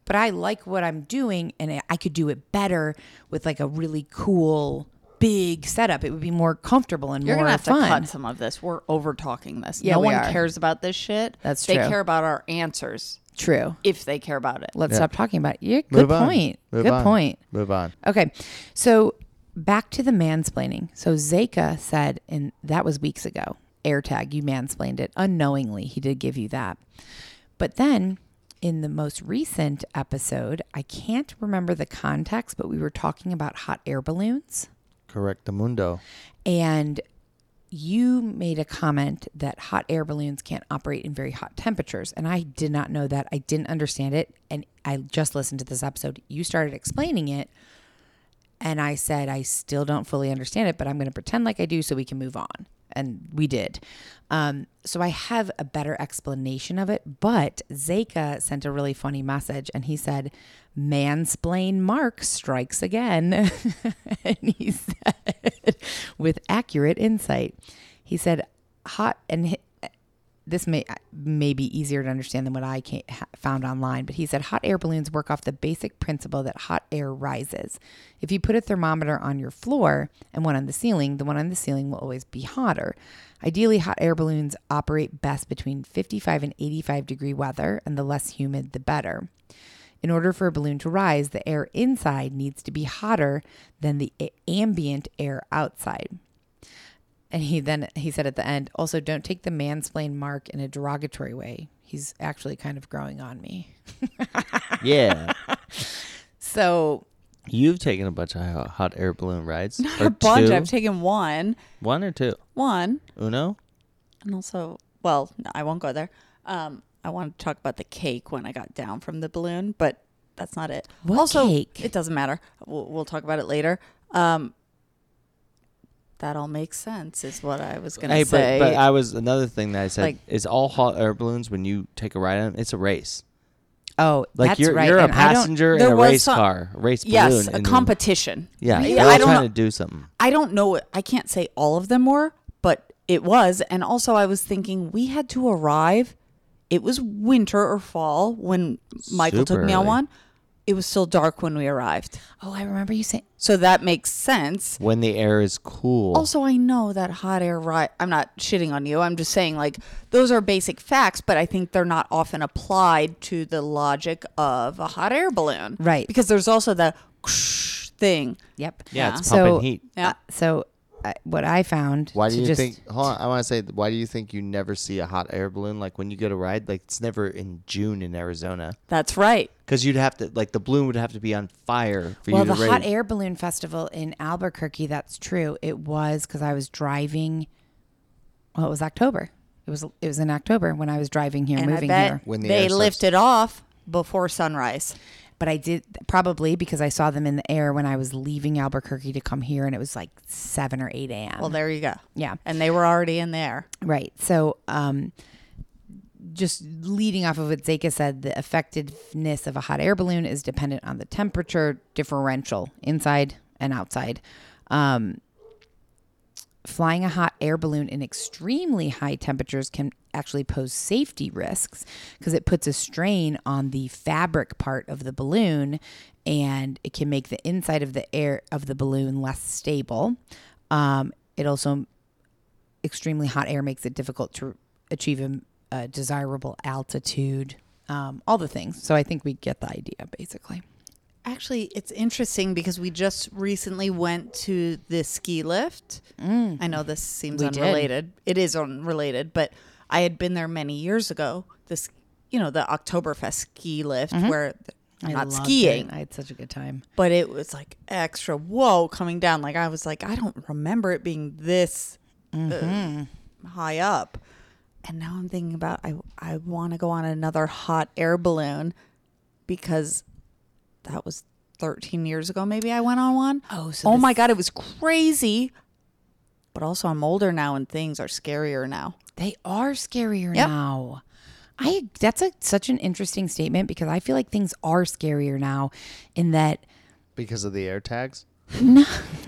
[SPEAKER 1] but I like what I'm doing and I- I could do it better with like a really cool big setup. It would be more comfortable and
[SPEAKER 3] You're
[SPEAKER 1] more
[SPEAKER 3] gonna have to
[SPEAKER 1] fun.
[SPEAKER 3] cut some of this. We're over talking this.
[SPEAKER 1] Yeah,
[SPEAKER 3] no
[SPEAKER 1] we
[SPEAKER 3] one
[SPEAKER 1] are.
[SPEAKER 3] cares about this shit.
[SPEAKER 1] That's
[SPEAKER 3] They
[SPEAKER 1] true.
[SPEAKER 3] care about our answers
[SPEAKER 1] True.
[SPEAKER 3] if they care about it.
[SPEAKER 1] Let's
[SPEAKER 2] Yeah.
[SPEAKER 1] stop talking about it. Yeah, good
[SPEAKER 2] Move on.
[SPEAKER 1] point.
[SPEAKER 2] Move
[SPEAKER 1] good
[SPEAKER 2] on.
[SPEAKER 1] point.
[SPEAKER 2] Move on.
[SPEAKER 1] Okay. So back to the mansplaining. So Zeka said, and that was weeks ago, AirTag, you mansplained it unknowingly. He did give you that. But then in the most recent episode, I can't remember the context, but we were talking about hot air balloons.
[SPEAKER 2] Correct the mundo.
[SPEAKER 1] and you made a comment that hot air balloons can't operate in very hot temperatures and i did not know that i didn't understand it and i just listened to this episode you started explaining it and i said i still don't fully understand it but i'm going to pretend like i do so we can move on and we did um, so i have a better explanation of it but zeka sent a really funny message and he said mansplain mark strikes again and he said with accurate insight he said hot and hi- this may uh, may be easier to understand than what I can ha, found online, but he said hot air balloons work off the basic principle that hot air rises. If you put a thermometer on your floor and one on the ceiling, the one on the ceiling will always be hotter. Ideally, hot air balloons operate best between 55 and 85 degree weather, and the less humid, the better. In order for a balloon to rise, the air inside needs to be hotter than the a- ambient air outside. And he then he said at the end, also don't take the mansplain mark in a derogatory way. He's actually kind of growing on me.
[SPEAKER 2] Yeah.
[SPEAKER 1] So
[SPEAKER 2] You've taken a bunch of hot- hot air balloon rides. Not
[SPEAKER 3] a bunch. I've taken one,
[SPEAKER 2] one or two.
[SPEAKER 3] one,
[SPEAKER 2] Uno?
[SPEAKER 3] and also, well, no, I won't go there. Um, I wanted to talk about the cake when I got down from the balloon, but that's not it.
[SPEAKER 1] What
[SPEAKER 3] also,
[SPEAKER 1] cake?
[SPEAKER 3] it doesn't matter. We'll, we'll talk about it later. Um, that all makes sense, is what I was gonna
[SPEAKER 2] Hey,
[SPEAKER 3] say.
[SPEAKER 2] but, but I was another thing that I said
[SPEAKER 3] Like-
[SPEAKER 2] is all hot air balloons when you take a ride on 'em, it's a race.
[SPEAKER 1] oh
[SPEAKER 2] Like
[SPEAKER 1] that's
[SPEAKER 2] you're
[SPEAKER 1] right.
[SPEAKER 2] you're a
[SPEAKER 1] and I don't-
[SPEAKER 2] passenger in
[SPEAKER 3] there
[SPEAKER 2] a
[SPEAKER 3] was
[SPEAKER 2] race
[SPEAKER 3] some-
[SPEAKER 2] car, a race balloon.
[SPEAKER 3] yes, a
[SPEAKER 2] and-
[SPEAKER 3] competition.
[SPEAKER 2] Yeah,
[SPEAKER 3] Really?
[SPEAKER 2] they're
[SPEAKER 3] I
[SPEAKER 2] all
[SPEAKER 3] don't
[SPEAKER 2] trying
[SPEAKER 3] know.
[SPEAKER 2] to do something.
[SPEAKER 3] I don't know. it- I can't say all of them were, but it was. And also, I was thinking we had to arrive. It was winter or fall when Michael
[SPEAKER 2] Super
[SPEAKER 3] took me on
[SPEAKER 2] early.
[SPEAKER 3] one. It was still dark when we arrived.
[SPEAKER 1] Oh, I remember you saying
[SPEAKER 3] So that makes sense.
[SPEAKER 2] When the air is cool.
[SPEAKER 3] Also, I know that hot air ride. I'm not shitting on you. I'm just saying, like, those are basic facts, but I think they're not often applied to the logic of a hot air balloon.
[SPEAKER 1] Right.
[SPEAKER 3] Because there's also the thing.
[SPEAKER 1] Yep.
[SPEAKER 2] yeah, it's
[SPEAKER 1] So-
[SPEAKER 2] pumping heat.
[SPEAKER 3] Yeah.
[SPEAKER 1] So uh, what I found
[SPEAKER 2] Why
[SPEAKER 1] to
[SPEAKER 2] do you
[SPEAKER 1] just,
[SPEAKER 2] think? Hold on, I want to say, why do you think you never see a hot air balloon? Like when you go to ride, like it's never in June in Arizona
[SPEAKER 3] That's right.
[SPEAKER 2] because you'd have to, like, the balloon would have to be on fire for
[SPEAKER 1] Well,
[SPEAKER 2] you to
[SPEAKER 1] the
[SPEAKER 2] raise.
[SPEAKER 1] hot air balloon festival in Albuquerque, that's true. It was because I was driving. Well, it was October. It was it was in October when I was driving here,
[SPEAKER 3] And I
[SPEAKER 1] moving
[SPEAKER 3] bet
[SPEAKER 1] here.
[SPEAKER 2] When the
[SPEAKER 3] they
[SPEAKER 2] air starts-
[SPEAKER 3] lifted off before sunrise.
[SPEAKER 1] But I did probably because I saw them in the air when I was leaving Albuquerque to come here, and it was like seven or eight a.m.
[SPEAKER 3] Well, there you go.
[SPEAKER 1] yeah,
[SPEAKER 3] And they were already in there.
[SPEAKER 1] Right. So, um, just leading off of what Zeka said, the effectiveness of a hot air balloon is dependent on the temperature differential inside and outside. Um, flying a hot air balloon in extremely high temperatures can actually pose safety risks because it puts a strain on the fabric part of the balloon and it can make the inside of the air of the balloon less stable. Um, it also extremely hot air makes it difficult to achieve a, a desirable altitude, um, all the things. So I think we get the idea basically.
[SPEAKER 3] Actually, it's interesting because we just recently went to the ski lift. I know this seems
[SPEAKER 1] We did.
[SPEAKER 3] unrelated. It is unrelated, but I had been there many years ago. This, you know, the Oktoberfest ski lift where I'm not skiing,
[SPEAKER 1] I had such a good time.
[SPEAKER 3] but it was like extra whoa coming down. Like I was like, I don't remember it being this uh, high up. And now I'm thinking about I I want to go on another hot air balloon because that was 13 years ago maybe I went on one.
[SPEAKER 1] Oh, so
[SPEAKER 3] oh
[SPEAKER 1] this-
[SPEAKER 3] my god, it was crazy. But also I'm older now and things are scarier now.
[SPEAKER 1] They are scarier
[SPEAKER 3] Yep.
[SPEAKER 1] now. I that's a, such an interesting statement because I feel like things are scarier now in that
[SPEAKER 2] because of the air tags.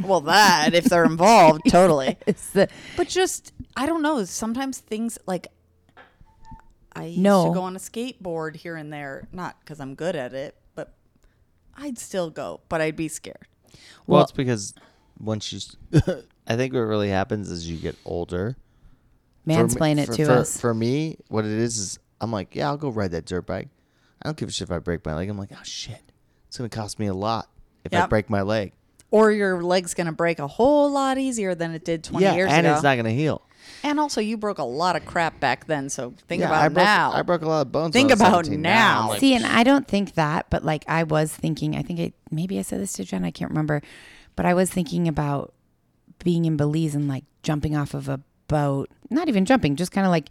[SPEAKER 3] Well, that if they're involved, totally.
[SPEAKER 1] it's the
[SPEAKER 3] But just I don't know. Sometimes things like I used
[SPEAKER 1] No.
[SPEAKER 3] to go on a skateboard here and there, not because I'm good at it, but I'd still go, but I'd be scared.
[SPEAKER 2] Well, it's because once you, s- I think what really happens is you get older. For me-
[SPEAKER 1] mansplain it
[SPEAKER 2] for-
[SPEAKER 1] to
[SPEAKER 2] for-
[SPEAKER 1] us.
[SPEAKER 2] For me, what it is is I'm like, yeah, I'll go ride that dirt bike. I don't give a shit if I break my leg. I'm like, oh shit, it's gonna cost me a lot if I
[SPEAKER 3] Yep.
[SPEAKER 2] break my leg.
[SPEAKER 3] Or your leg's gonna break a whole lot easier than it did 20
[SPEAKER 2] yeah,
[SPEAKER 3] years
[SPEAKER 2] and
[SPEAKER 3] ago.
[SPEAKER 2] it's not gonna heal.
[SPEAKER 3] and also, you broke a lot of crap back then, so think
[SPEAKER 2] yeah,
[SPEAKER 3] about
[SPEAKER 2] I broke,
[SPEAKER 3] now.
[SPEAKER 2] I broke a lot of bones.
[SPEAKER 3] Think
[SPEAKER 2] when I was
[SPEAKER 3] about
[SPEAKER 2] 17.
[SPEAKER 3] now.
[SPEAKER 2] I'm like,
[SPEAKER 1] See, and I don't think that, but like I was thinking, I think I maybe I said this to Jen, I can't remember, but I was thinking about being in Belize and like jumping off of a boat, not even jumping, just kind of like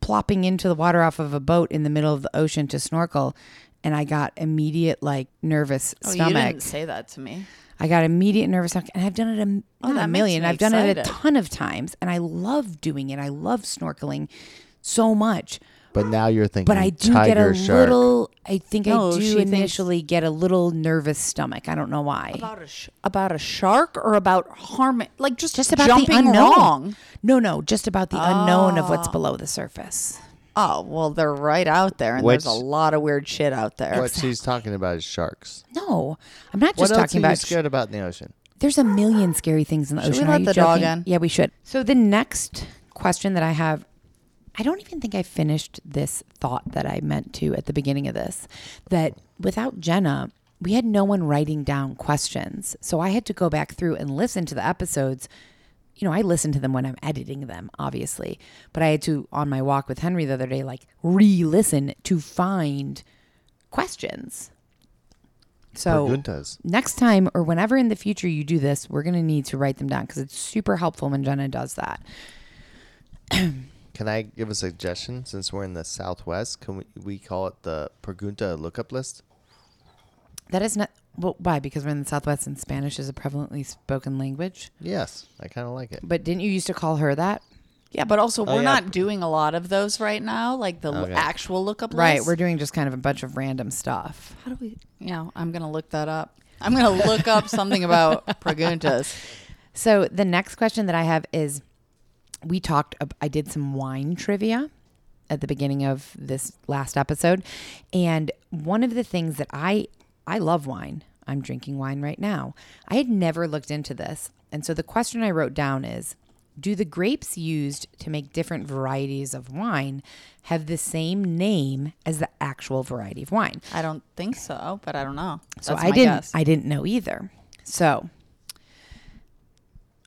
[SPEAKER 1] plopping into the water off of a boat in the middle of the ocean to snorkel. And I got immediate like nervous
[SPEAKER 3] oh, you
[SPEAKER 1] stomach.
[SPEAKER 3] didn't say that to me.
[SPEAKER 1] I got immediate nervous stomach, and I've done it a, m- not a
[SPEAKER 3] that makes
[SPEAKER 1] million.
[SPEAKER 3] me
[SPEAKER 1] I've done it a
[SPEAKER 3] excited.
[SPEAKER 1] ton of times, and I love doing it. I love snorkeling so much.
[SPEAKER 2] But now you're thinking.
[SPEAKER 1] But I do get
[SPEAKER 2] tiger
[SPEAKER 1] a
[SPEAKER 2] shark.
[SPEAKER 1] little. I think I
[SPEAKER 3] No, she
[SPEAKER 1] do
[SPEAKER 3] thinks-
[SPEAKER 1] initially get a little nervous stomach. I don't know why.
[SPEAKER 3] About a, sh- about a shark or about harming, like just,
[SPEAKER 1] just about
[SPEAKER 3] jumping
[SPEAKER 1] the unknown.
[SPEAKER 3] wrong.
[SPEAKER 1] No, no, just about the unknown of what's below the surface.
[SPEAKER 3] Oh, well, they're right out there, and there's a
[SPEAKER 2] Which-
[SPEAKER 3] lot of weird shit out there.
[SPEAKER 2] What she's talking about is sharks.
[SPEAKER 1] No, I'm not
[SPEAKER 2] What
[SPEAKER 1] just
[SPEAKER 2] else
[SPEAKER 1] talking
[SPEAKER 2] are you
[SPEAKER 1] about.
[SPEAKER 2] scared about in the ocean?
[SPEAKER 1] There's a million scary things in the
[SPEAKER 3] Should we
[SPEAKER 1] ocean. Are
[SPEAKER 3] let
[SPEAKER 1] you
[SPEAKER 3] the dog
[SPEAKER 1] joking?
[SPEAKER 3] in?
[SPEAKER 1] Yeah, we should. So the next question that I have, I don't even think I finished this thought that I meant to at the beginning of this. That without Jenna, we had no one writing down questions, so I had to go back through and listen to the episodes. You know, I listen to them when I'm editing them, obviously, but I had to on my walk with Henry the other day, like re-listen to find questions. So
[SPEAKER 2] Preguntas.
[SPEAKER 1] next time or whenever in the future you do this, we're going to need to write them down because it's super helpful when Jenna does that.
[SPEAKER 2] Can I give a suggestion? Since we're in the Southwest, can we, we call it the Pregunta lookup list?
[SPEAKER 1] That is not, well, why? Because we're in the Southwest and Spanish is a prevalently spoken language.
[SPEAKER 2] Yes, I kind of like it.
[SPEAKER 1] But didn't you used to call her that?
[SPEAKER 3] Yeah, but also we're
[SPEAKER 2] Oh, yeah.
[SPEAKER 3] not doing a lot of those right now, like the l-
[SPEAKER 2] Okay.
[SPEAKER 3] actual lookup
[SPEAKER 1] Right.
[SPEAKER 3] lists.
[SPEAKER 1] We're doing just kind of a bunch of random stuff.
[SPEAKER 3] How do we? You know, I'm gonna look that up. I'm gonna look up something about preguntas.
[SPEAKER 1] So the next question that I have is we talked, ab- I did some wine trivia at the beginning of this last episode. And one of the things that I, I love wine. I'm drinking wine right now. I had never looked into this. And so the question I wrote down is Do the grapes used to make different varieties of wine have the same name as the actual variety of wine?
[SPEAKER 3] I don't think so, but I don't know.
[SPEAKER 1] So
[SPEAKER 3] That's
[SPEAKER 1] I
[SPEAKER 3] my
[SPEAKER 1] didn't
[SPEAKER 3] guess.
[SPEAKER 1] I didn't know either. So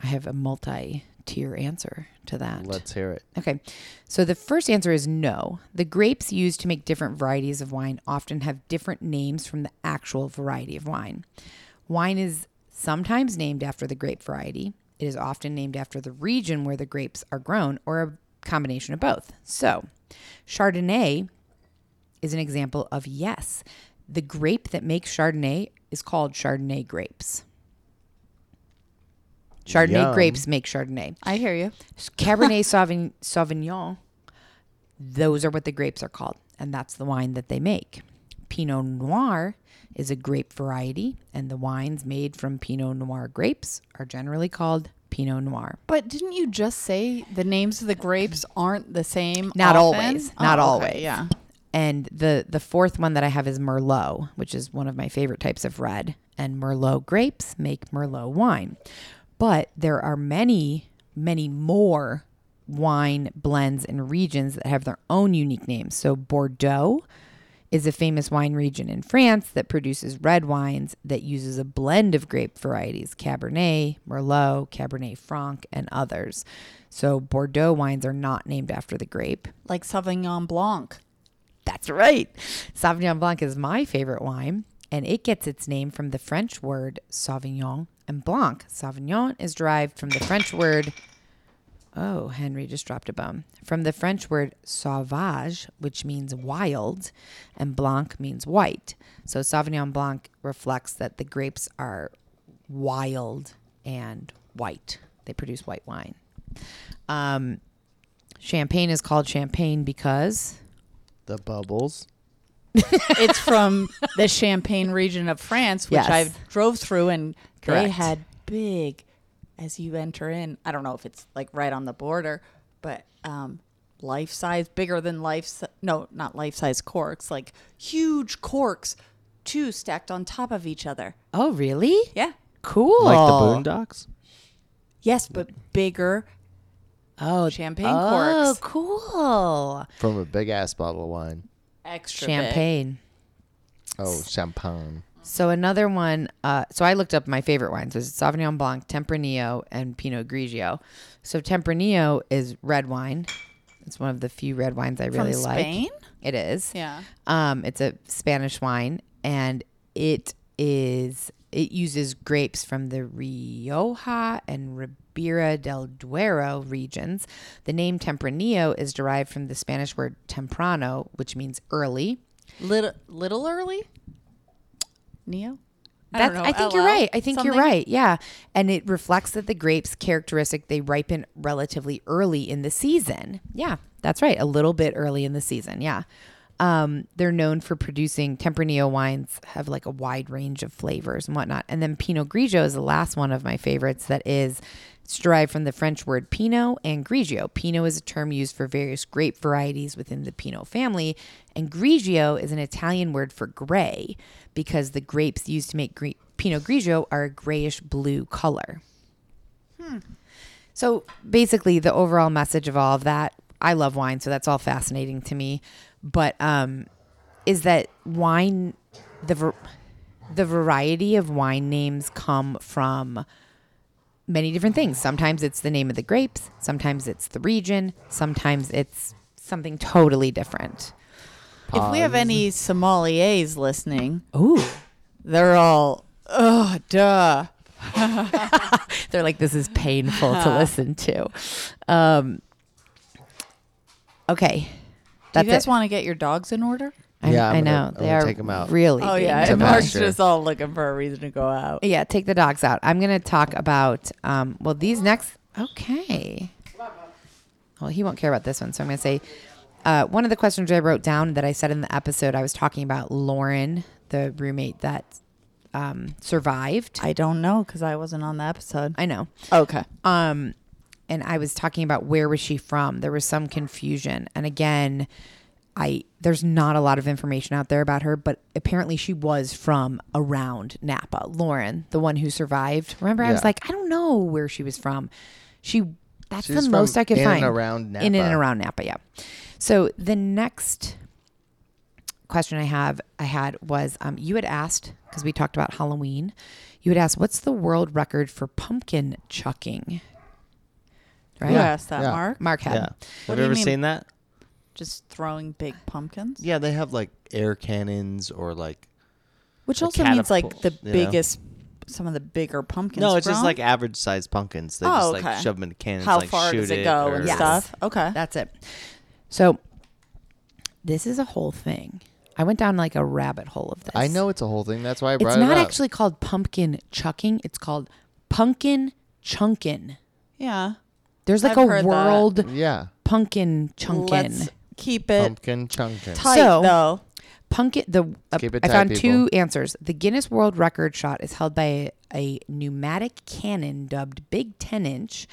[SPEAKER 1] I have a multi-tier answer to that.
[SPEAKER 2] Let's hear it.
[SPEAKER 1] Okay. So the first answer is no. The grapes used to make different varieties of wine often have different names from the actual variety of wine. Wine is sometimes named after the grape variety. It is often named after the region where the grapes are grown or a combination of both. So, Chardonnay is an example of yes. the grape that makes Chardonnay is called Chardonnay grapes. Chardonnay
[SPEAKER 2] Yum.
[SPEAKER 1] grapes make Chardonnay.
[SPEAKER 3] I hear you.
[SPEAKER 1] Cabernet Sauvign- Sauvignon, those are what the grapes are called, and that's the wine that they make. Pinot Noir is a grape variety, and the wines made from Pinot Noir grapes are generally called Pinot Noir.
[SPEAKER 3] But didn't you just say the names of the grapes aren't the same?
[SPEAKER 1] Not
[SPEAKER 3] often? Oh,
[SPEAKER 1] always. Not
[SPEAKER 3] okay,
[SPEAKER 1] always.
[SPEAKER 3] Yeah.
[SPEAKER 1] And the the fourth one that I have is Merlot, which is one of my favorite types of red. And Merlot grapes make Merlot wine. But there are many, many more wine blends and regions that have their own unique names. So Bordeaux is a famous wine region in France that produces red wines that uses a blend of grape varieties Cabernet, Merlot, Cabernet Franc, and others. So Bordeaux wines are not named after the grape.
[SPEAKER 3] Like Sauvignon Blanc.
[SPEAKER 1] That's right. Sauvignon Blanc is my favorite wine, and it gets its name from the French word Sauvignon and Blanc. Sauvignon is derived from the French word. Oh, Henry just dropped a bone. From the French word sauvage, which means wild, and blanc means white. So Sauvignon Blanc reflects that the grapes are wild and white. They produce white wine. Um, champagne is called champagne because
[SPEAKER 2] The bubbles.
[SPEAKER 3] it's from the Champagne region of France, which
[SPEAKER 1] Yes.
[SPEAKER 3] I drove through, and they
[SPEAKER 1] Correct.
[SPEAKER 3] had big as you enter in. I don't know if it's like right on the border, but um, life size, bigger than life. si- No, not life size corks, like huge corks, two stacked on top of each other.
[SPEAKER 1] Oh, really?
[SPEAKER 3] Yeah.
[SPEAKER 1] Cool.
[SPEAKER 2] Like the boondocks?
[SPEAKER 3] Yes, but bigger
[SPEAKER 1] Oh,
[SPEAKER 3] champagne
[SPEAKER 1] oh,
[SPEAKER 3] corks,
[SPEAKER 1] cool.
[SPEAKER 2] From a big ass bottle of wine.
[SPEAKER 3] extra big.
[SPEAKER 1] Champagne.
[SPEAKER 2] Oh, champagne.
[SPEAKER 1] So another one. Uh, so I looked up my favorite wines. There's Sauvignon Blanc, Tempranillo, and Pinot Grigio. So Tempranillo is red wine. It's one of the few red wines I really like.
[SPEAKER 3] Spain?
[SPEAKER 1] It is.
[SPEAKER 3] Yeah.
[SPEAKER 1] Um, it's a Spanish wine, and it is it uses grapes from the Rioja and Ribera del Duero regions. The name Tempranillo is derived from the Spanish word temprano, which means early.
[SPEAKER 3] Little, little early? Neo? I
[SPEAKER 1] That's,
[SPEAKER 3] don't know,
[SPEAKER 1] I think you're
[SPEAKER 3] LL?
[SPEAKER 1] right. I think
[SPEAKER 3] Something?
[SPEAKER 1] you're right. Yeah. And it reflects that the grapes characteristic they ripen relatively early in the season. Yeah, that's right. A little bit early in the season. Yeah. Um, they're known for producing Tempranillo wines have like a wide range of flavors and whatnot. And then Pinot Grigio is the last one of my favorites that is it's derived from the French word Pinot and Grigio. Pinot is a term used for various grape varieties within the Pinot family, and Grigio is an Italian word for gray because the grapes used to make gre- Pinot Grigio are a grayish blue color. So basically, the overall message of all of that, I love wine, so that's all fascinating to me. But um, is that wine, the var- the variety of wine names come from many different things. Sometimes it's the name of the grapes, sometimes it's the region, sometimes it's something totally different.
[SPEAKER 3] If we have any sommeliers listening,
[SPEAKER 1] Ooh,
[SPEAKER 3] they're all, oh, duh.
[SPEAKER 1] they're like this is painful to listen to. Um, okay, that's
[SPEAKER 3] Do you guys
[SPEAKER 1] it.
[SPEAKER 3] want to get your dogs in order?
[SPEAKER 1] I, I
[SPEAKER 2] Yeah, I'm gonna-
[SPEAKER 1] know
[SPEAKER 2] I'm
[SPEAKER 1] they
[SPEAKER 2] gonna
[SPEAKER 1] are
[SPEAKER 2] take 'em out.
[SPEAKER 1] really.
[SPEAKER 3] Oh, yeah.
[SPEAKER 1] being
[SPEAKER 3] And
[SPEAKER 2] Mark's
[SPEAKER 3] Mark's
[SPEAKER 2] faster.
[SPEAKER 3] just
[SPEAKER 2] just
[SPEAKER 3] all looking for a reason to go out.
[SPEAKER 1] Yeah, take the dogs out. I'm going to talk about, um, well, these next. Okay. Well, he won't care about this one. So I'm going to say uh, one of the questions I wrote down that I said in the episode, I was talking about Lauren, the roommate that um, survived.
[SPEAKER 3] I don't know because I wasn't on the episode.
[SPEAKER 1] I know.
[SPEAKER 3] Okay.
[SPEAKER 1] Um, and I was talking about where was she from? There was some confusion. And again, I there's not a lot of information out there about her, but apparently she was from around Napa. Lauren, the one who survived. Remember, I was
[SPEAKER 2] Yeah.
[SPEAKER 1] like, I don't know where she was from. She that's
[SPEAKER 2] She's
[SPEAKER 1] the most
[SPEAKER 2] from
[SPEAKER 1] I could
[SPEAKER 2] in and
[SPEAKER 1] find
[SPEAKER 2] around
[SPEAKER 1] In and
[SPEAKER 2] Napa.
[SPEAKER 1] around Napa, yeah. So the next question I have I had was um, you had asked because we talked about Halloween. You had asked what's the world record for pumpkin chucking, right?
[SPEAKER 2] Yeah.
[SPEAKER 3] asked that,
[SPEAKER 2] yeah.
[SPEAKER 3] Mark.
[SPEAKER 1] Mark had.
[SPEAKER 2] Yeah.
[SPEAKER 3] What
[SPEAKER 2] Have
[SPEAKER 3] do
[SPEAKER 2] you
[SPEAKER 3] you
[SPEAKER 2] ever
[SPEAKER 3] mean?
[SPEAKER 2] seen that?
[SPEAKER 3] Just throwing big pumpkins,
[SPEAKER 2] Yeah, they have like air cannons or like.
[SPEAKER 3] which
[SPEAKER 2] A
[SPEAKER 3] also means like
[SPEAKER 2] catapult,
[SPEAKER 3] the
[SPEAKER 2] you know?
[SPEAKER 3] biggest, some of the bigger pumpkins.
[SPEAKER 2] No, it's just
[SPEAKER 3] grown.
[SPEAKER 2] like average sized pumpkins. They
[SPEAKER 3] Oh,
[SPEAKER 2] just
[SPEAKER 3] okay.
[SPEAKER 2] like shove them in cannons.
[SPEAKER 3] how
[SPEAKER 2] like,
[SPEAKER 3] far
[SPEAKER 2] shoot
[SPEAKER 3] does it go
[SPEAKER 2] or-
[SPEAKER 3] and
[SPEAKER 1] Yes.
[SPEAKER 3] stuff. Okay.
[SPEAKER 1] That's it. So this is a whole thing. I went down like a rabbit hole of this.
[SPEAKER 2] I know it's a whole thing. That's why I brought
[SPEAKER 1] It's
[SPEAKER 2] it
[SPEAKER 1] not
[SPEAKER 2] up.
[SPEAKER 1] actually called pumpkin chucking. It's called pumpkin chunkin.
[SPEAKER 3] Yeah.
[SPEAKER 1] There's like
[SPEAKER 3] I've
[SPEAKER 1] a
[SPEAKER 3] heard that.
[SPEAKER 1] world
[SPEAKER 2] yeah,
[SPEAKER 1] pumpkin chunkin.
[SPEAKER 3] Let's keep it
[SPEAKER 2] pumpkin chunkin.
[SPEAKER 3] tight
[SPEAKER 1] So-
[SPEAKER 3] though.
[SPEAKER 1] Pumpkin. The uh,
[SPEAKER 2] Keep it
[SPEAKER 1] I
[SPEAKER 2] tight,
[SPEAKER 1] found two
[SPEAKER 2] people.
[SPEAKER 1] answers. The Guinness World Record shot is held by a, a pneumatic cannon dubbed Big Ten Inch,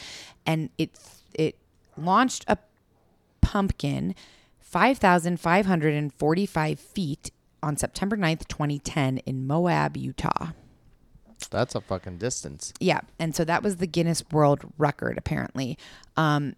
[SPEAKER 1] and it it launched a pumpkin five thousand five hundred and forty five feet on September 9th, twenty ten, in Moab, Utah.
[SPEAKER 2] That's a fucking distance.
[SPEAKER 1] Yeah, and so that was the Guinness World Record apparently. Um,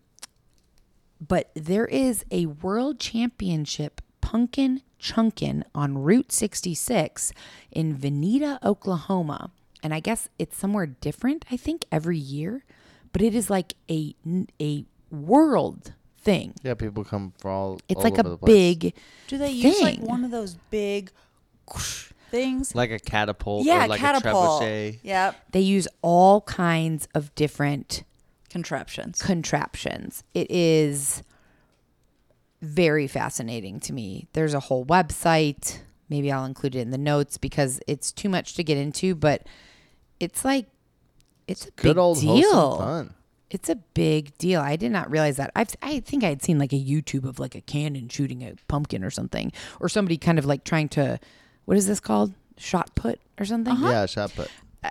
[SPEAKER 1] but there is a world championship pumpkin chunkin on Route 66 in Veneta, Oklahoma, and I guess it's somewhere different. I think every year, but it is like a a world thing.
[SPEAKER 2] Yeah, people come from all.
[SPEAKER 1] It's
[SPEAKER 2] all
[SPEAKER 1] like
[SPEAKER 2] over
[SPEAKER 1] a
[SPEAKER 2] the place.
[SPEAKER 1] big
[SPEAKER 3] Do they use like
[SPEAKER 1] thing.
[SPEAKER 3] one of those big whoosh things?
[SPEAKER 2] like a catapult.
[SPEAKER 3] yeah,
[SPEAKER 2] or like
[SPEAKER 3] catapult.
[SPEAKER 2] A trebuchet.
[SPEAKER 3] yep.
[SPEAKER 1] They use all kinds of different
[SPEAKER 3] Contraptions.
[SPEAKER 1] contraptions. It is very fascinating to me. There's a whole website. Maybe I'll include it in the notes because it's too much to get into, but it's like it's a
[SPEAKER 2] Good
[SPEAKER 1] big
[SPEAKER 2] old
[SPEAKER 1] deal.
[SPEAKER 2] wholesome fun.
[SPEAKER 1] It's a big deal. I did not realize that. I've, I think I had seen like a YouTube of like a cannon shooting a pumpkin or something, or somebody kind of like trying to, what is this called? Shot put or something?
[SPEAKER 2] Yeah, shot put.
[SPEAKER 1] I-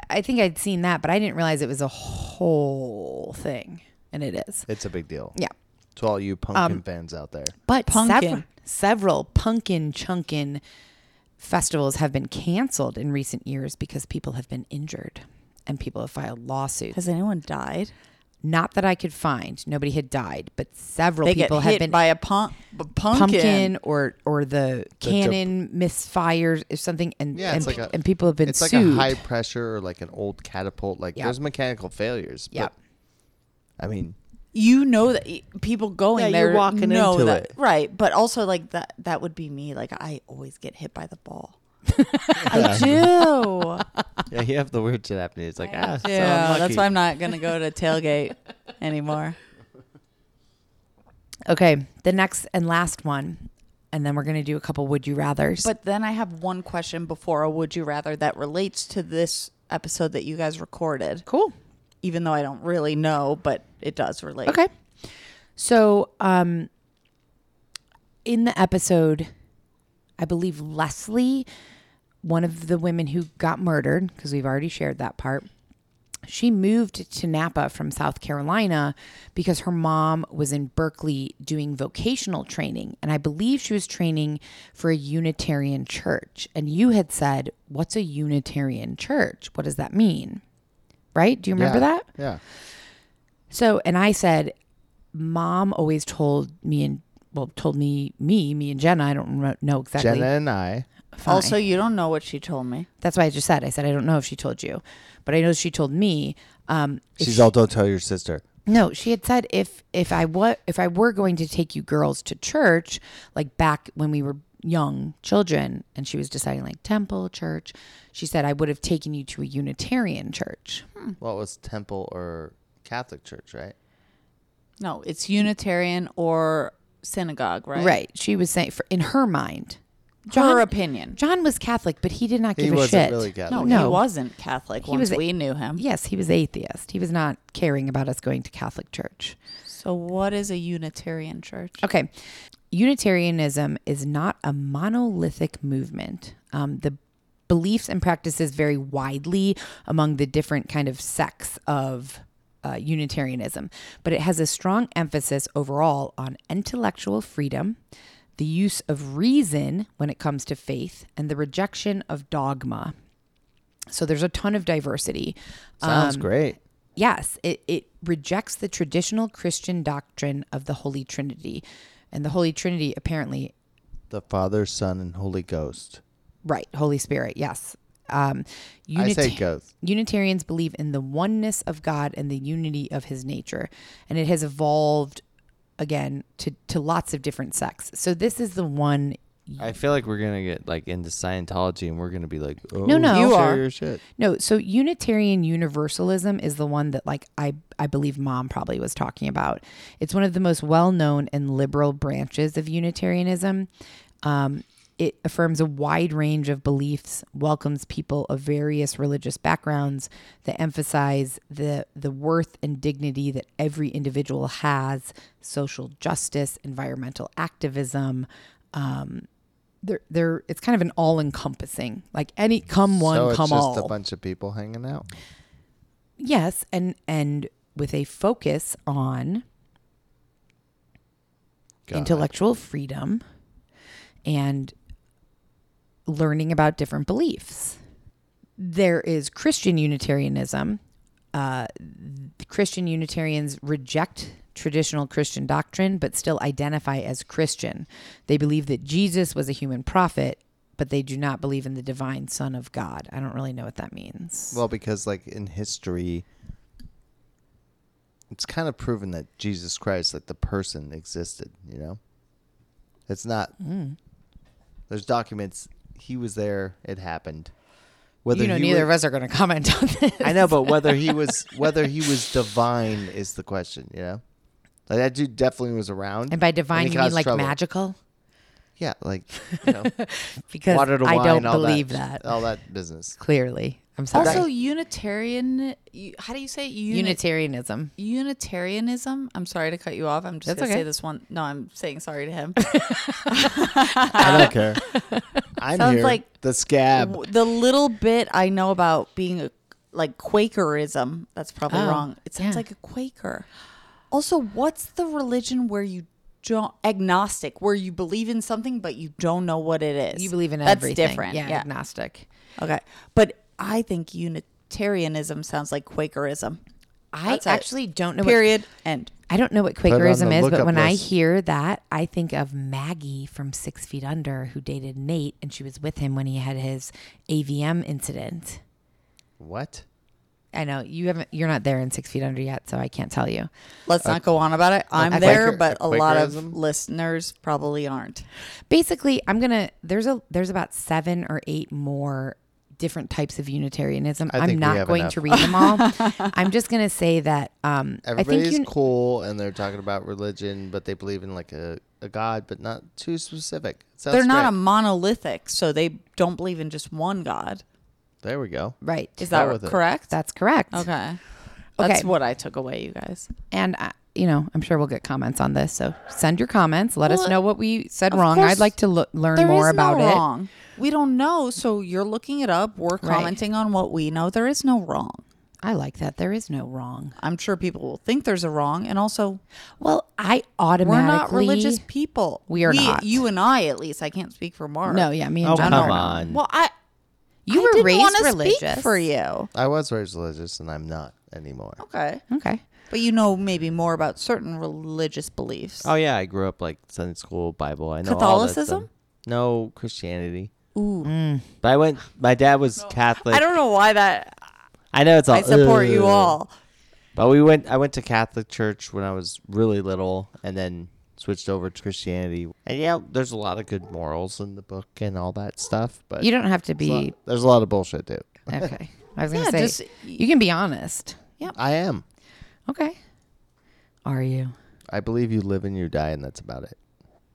[SPEAKER 1] I think I'd seen that, but I didn't realize it was a whole thing. And it is.
[SPEAKER 2] It's a big deal.
[SPEAKER 1] Yeah.
[SPEAKER 2] To all you
[SPEAKER 1] Um,
[SPEAKER 2] pumpkin fans out there.
[SPEAKER 1] But
[SPEAKER 3] Punkin.
[SPEAKER 1] sever- several punkin chunkin festivals have been canceled in recent years because people have been injured and people have filed lawsuits.
[SPEAKER 3] Has anyone died?
[SPEAKER 1] Not that I could find. Nobody had died, but several
[SPEAKER 3] They
[SPEAKER 1] people
[SPEAKER 3] get
[SPEAKER 1] have
[SPEAKER 3] hit
[SPEAKER 1] been
[SPEAKER 3] by a pump, pumpkin.
[SPEAKER 1] pumpkin or or the cannon misfires or something and
[SPEAKER 2] Yeah,
[SPEAKER 1] and,
[SPEAKER 2] it's like a-
[SPEAKER 1] and people have been
[SPEAKER 2] it's like
[SPEAKER 1] sued.
[SPEAKER 2] a high pressure or like an old catapult. Like
[SPEAKER 1] Yeah.
[SPEAKER 2] there's mechanical failures.
[SPEAKER 1] Yeah.
[SPEAKER 2] But, I mean,
[SPEAKER 3] You know that y- people going
[SPEAKER 2] Yeah,
[SPEAKER 3] there
[SPEAKER 2] you're walking
[SPEAKER 3] know
[SPEAKER 2] into
[SPEAKER 3] that,
[SPEAKER 2] it.
[SPEAKER 3] right? But also like that that would be me. Like I always get hit by the ball. I do.
[SPEAKER 2] yeah, you have the weird shit happening. It's like ah, so
[SPEAKER 3] Yeah, that's
[SPEAKER 2] unlucky.
[SPEAKER 3] why I'm not gonna go to tailgate anymore.
[SPEAKER 1] okay, the next and last one and then we're going to do a couple would you rathers.
[SPEAKER 3] But then I have one question before a would you rather that relates to this episode that you guys recorded,
[SPEAKER 1] cool.
[SPEAKER 3] even though I don't really know, but it does relate.
[SPEAKER 1] Okay. So, um, in the episode, I believe Leslie, one of the women who got murdered, because we've already shared that part, she moved to Napa from South Carolina because her mom was in Berkeley doing vocational training. And I believe she was training for a Unitarian church. And you had said, What's a Unitarian church? What does that mean? Right? Do you remember
[SPEAKER 2] Yeah.
[SPEAKER 1] that?
[SPEAKER 2] Yeah.
[SPEAKER 1] So, and I said, Mom always told me and well, told me me me and Jenna. I don't re- know exactly.
[SPEAKER 2] Jenna and I.
[SPEAKER 1] Fine.
[SPEAKER 3] Also, you don't know what she told me.
[SPEAKER 1] that's why I just said I said I don't know if she told you, but I know she told me. Um, if
[SPEAKER 2] She's
[SPEAKER 1] she-
[SPEAKER 2] all don't tell your sister.
[SPEAKER 1] no, she had said if if I wa- if I were going to take you girls to church, like back when we were young children, and she was deciding like temple church, she said I would have taken you to a Unitarian church.
[SPEAKER 2] Well, it was temple or Catholic church, right?
[SPEAKER 3] No, it's Unitarian or synagogue, right?
[SPEAKER 1] Right? She was saying for, in her mind.
[SPEAKER 3] Her
[SPEAKER 1] John-
[SPEAKER 3] opinion.
[SPEAKER 1] John was Catholic, but he did not
[SPEAKER 2] He
[SPEAKER 1] give a
[SPEAKER 2] wasn't
[SPEAKER 1] shit.
[SPEAKER 2] really Catholic.
[SPEAKER 3] No, he
[SPEAKER 1] No.
[SPEAKER 3] wasn't Catholic
[SPEAKER 1] He
[SPEAKER 3] once
[SPEAKER 1] was a-
[SPEAKER 3] we knew him.
[SPEAKER 1] Yes, he was atheist. He was not caring about us going to Catholic church.
[SPEAKER 3] So, what is a Unitarian church?
[SPEAKER 1] Okay. Unitarianism is not a monolithic movement. Um, the beliefs and practices vary widely among the different kind of sects of uh, Unitarianism, but it has a strong emphasis overall on intellectual freedom, the use of reason when it comes to faith, and the rejection of dogma. So there's a ton of diversity. Um,
[SPEAKER 2] Sounds great.
[SPEAKER 1] Yes, it, it rejects the traditional Christian doctrine of the Holy Trinity. And the Holy Trinity, apparently,
[SPEAKER 2] The Father, Son, and Holy Ghost.
[SPEAKER 1] right, Holy Spirit, yes. Um,
[SPEAKER 2] I say
[SPEAKER 1] Unita-
[SPEAKER 2] ghost.
[SPEAKER 1] Unitarians believe in the oneness of God and the unity of his nature. And it has evolved, again, to, to lots of different sects. So this is the one.
[SPEAKER 2] I feel like we're gonna get like into Scientology, and we're gonna be like, oh,
[SPEAKER 1] No, no.
[SPEAKER 2] you
[SPEAKER 1] You
[SPEAKER 2] are.
[SPEAKER 1] are.
[SPEAKER 2] your shit.
[SPEAKER 1] No, so Unitarian Universalism is the one that, like, I, I believe mom probably was talking about. It's one of the most well known and liberal branches of Unitarianism. Um, It affirms a wide range of beliefs, welcomes people of various religious backgrounds that emphasize the, the worth and dignity that every individual has, social justice, environmental activism. Um, they're, they're, it's kind of an all encompassing, like any come one,
[SPEAKER 2] so it's
[SPEAKER 1] come
[SPEAKER 2] just
[SPEAKER 1] all
[SPEAKER 2] a bunch of people hanging out.
[SPEAKER 1] yes and and with a focus on
[SPEAKER 2] God.
[SPEAKER 1] intellectual freedom and learning about different beliefs there is christian unitarianism uh, christian unitarians reject traditional christian doctrine but still identify as christian they believe that jesus was a human prophet but they do not believe in the divine son of god i don't really know what that means
[SPEAKER 2] Well, because like in history, it's kind of proven that Jesus Christ, like the person, existed. You know, it's not.
[SPEAKER 1] Hmm.
[SPEAKER 2] There's documents. He was there. It happened. Whether
[SPEAKER 1] you know,
[SPEAKER 2] he
[SPEAKER 1] neither
[SPEAKER 2] wa-
[SPEAKER 1] of us are going to comment on this.
[SPEAKER 2] I know, but whether he was whether he was divine is the question. You know, like that dude definitely was around.
[SPEAKER 1] And by
[SPEAKER 2] he
[SPEAKER 1] divine, you mean
[SPEAKER 2] caused
[SPEAKER 1] like
[SPEAKER 2] trouble.
[SPEAKER 1] magical?
[SPEAKER 2] Yeah, like you know,
[SPEAKER 1] Because
[SPEAKER 2] water to
[SPEAKER 1] I
[SPEAKER 2] wine.
[SPEAKER 1] don't
[SPEAKER 2] all
[SPEAKER 1] believe
[SPEAKER 2] that,
[SPEAKER 1] that,
[SPEAKER 2] all that business.
[SPEAKER 1] Clearly, I'm sorry.
[SPEAKER 3] Also, Unitarian. you- How do you say it? Unit-
[SPEAKER 1] Unitarianism.
[SPEAKER 3] Unitarianism. I'm sorry to cut you off. I'm just
[SPEAKER 1] That's
[SPEAKER 3] gonna
[SPEAKER 1] okay.
[SPEAKER 3] say this one. No, I'm saying sorry to him.
[SPEAKER 2] I don't care. I'm
[SPEAKER 3] Sounds
[SPEAKER 2] here.
[SPEAKER 3] like-
[SPEAKER 2] the scab.
[SPEAKER 3] W- the little bit I know about being a like Quakerism, that's probably
[SPEAKER 1] Oh,
[SPEAKER 3] wrong. It sounds
[SPEAKER 1] yeah.
[SPEAKER 3] like a Quaker. Also, what's the religion where you don't agnostic, where you believe in something but you don't know what it is?
[SPEAKER 1] You believe in
[SPEAKER 3] that's
[SPEAKER 1] everything.
[SPEAKER 3] different.
[SPEAKER 1] Yeah,
[SPEAKER 3] Yeah.
[SPEAKER 1] agnostic.
[SPEAKER 3] Okay, but I think Unitarianism sounds like Quakerism.
[SPEAKER 1] I
[SPEAKER 3] That's it.
[SPEAKER 1] actually don't know. What,
[SPEAKER 3] Period. End.
[SPEAKER 1] I don't know what
[SPEAKER 2] it on
[SPEAKER 1] Quakerism
[SPEAKER 2] the
[SPEAKER 1] is, but
[SPEAKER 2] lookup
[SPEAKER 1] when I
[SPEAKER 2] list.
[SPEAKER 1] hear that, I think of Maggie from Six Feet Under, who dated Nate, and she was with him when he had his AVM incident.
[SPEAKER 2] What?
[SPEAKER 1] I know you haven't. You're not there in Six Feet Under yet, so I can't tell you.
[SPEAKER 3] Let's
[SPEAKER 1] Uh,
[SPEAKER 3] not go on about it. I'm
[SPEAKER 2] Quaker-
[SPEAKER 3] there,
[SPEAKER 2] a
[SPEAKER 3] but a lot of
[SPEAKER 2] Quakerism?
[SPEAKER 3] listeners probably aren't.
[SPEAKER 1] basically i'm gonna there's a there's about seven or eight more different types of unitarianism
[SPEAKER 2] I think
[SPEAKER 1] i'm
[SPEAKER 2] we
[SPEAKER 1] not
[SPEAKER 2] have
[SPEAKER 1] going
[SPEAKER 2] enough.
[SPEAKER 1] to read them all i'm just gonna say that um i
[SPEAKER 2] Everybody's
[SPEAKER 1] think you
[SPEAKER 2] cool and they're talking about religion, but they believe in like a, a god, but not too specific. Sounds
[SPEAKER 3] They're not a
[SPEAKER 2] great.
[SPEAKER 3] monolithic, so they don't believe in just one god.
[SPEAKER 2] there we go.
[SPEAKER 1] right
[SPEAKER 3] Is
[SPEAKER 2] Go
[SPEAKER 3] that
[SPEAKER 2] with it.
[SPEAKER 3] correct?
[SPEAKER 1] that's correct
[SPEAKER 3] Okay.
[SPEAKER 1] Okay.
[SPEAKER 3] That's what I took away, you guys.
[SPEAKER 1] and I, you know i'm sure we'll get comments on this so send your comments let us
[SPEAKER 3] Well,
[SPEAKER 1] know what we said
[SPEAKER 3] of
[SPEAKER 1] wrong
[SPEAKER 3] course,
[SPEAKER 1] i'd like to lo- learn
[SPEAKER 3] There
[SPEAKER 1] more
[SPEAKER 3] is
[SPEAKER 1] about
[SPEAKER 3] no
[SPEAKER 1] it
[SPEAKER 3] wrong. We don't know, so you're looking it up. We're commenting on what we know. There is no wrong.
[SPEAKER 1] i like that there is no wrong
[SPEAKER 3] I'm sure people will think there's a wrong, and also
[SPEAKER 1] well i
[SPEAKER 3] we're
[SPEAKER 1] automatically
[SPEAKER 3] not religious people.
[SPEAKER 1] We are not.
[SPEAKER 3] You and I, at least. I can't speak for Mark.
[SPEAKER 1] no yeah me and
[SPEAKER 2] Oh,
[SPEAKER 1] john are-
[SPEAKER 2] come on.
[SPEAKER 3] Well, I
[SPEAKER 1] you
[SPEAKER 3] I
[SPEAKER 1] were
[SPEAKER 3] didn't
[SPEAKER 1] raised
[SPEAKER 3] wanna speak
[SPEAKER 1] religious
[SPEAKER 3] for you.
[SPEAKER 2] I was raised religious and I'm not anymore.
[SPEAKER 3] Okay,
[SPEAKER 1] okay
[SPEAKER 3] but you know maybe more about certain religious beliefs.
[SPEAKER 2] Oh, yeah. I grew up like Sunday school, Bible. I know All that
[SPEAKER 3] Catholicism?
[SPEAKER 2] stuff. no, Christianity. Mm.
[SPEAKER 3] Ooh.
[SPEAKER 2] But I went, my dad was Catholic.
[SPEAKER 3] I don't know why that.
[SPEAKER 2] I know it's all.
[SPEAKER 3] I support you
[SPEAKER 2] "Ugh."
[SPEAKER 3] all.
[SPEAKER 2] But we went, I went to Catholic church when I was really little and then switched over to Christianity. And yeah, there's a lot of good morals in the book and all that stuff. But
[SPEAKER 1] you don't have to
[SPEAKER 2] there's a
[SPEAKER 1] be
[SPEAKER 2] lot- there's a lot of bullshit, too.
[SPEAKER 1] Okay. I was gonna
[SPEAKER 3] Yeah,
[SPEAKER 1] say
[SPEAKER 3] just-
[SPEAKER 1] you can be honest.
[SPEAKER 2] I am.
[SPEAKER 1] Okay. Are you?
[SPEAKER 2] I believe you live and you die, and that's about it.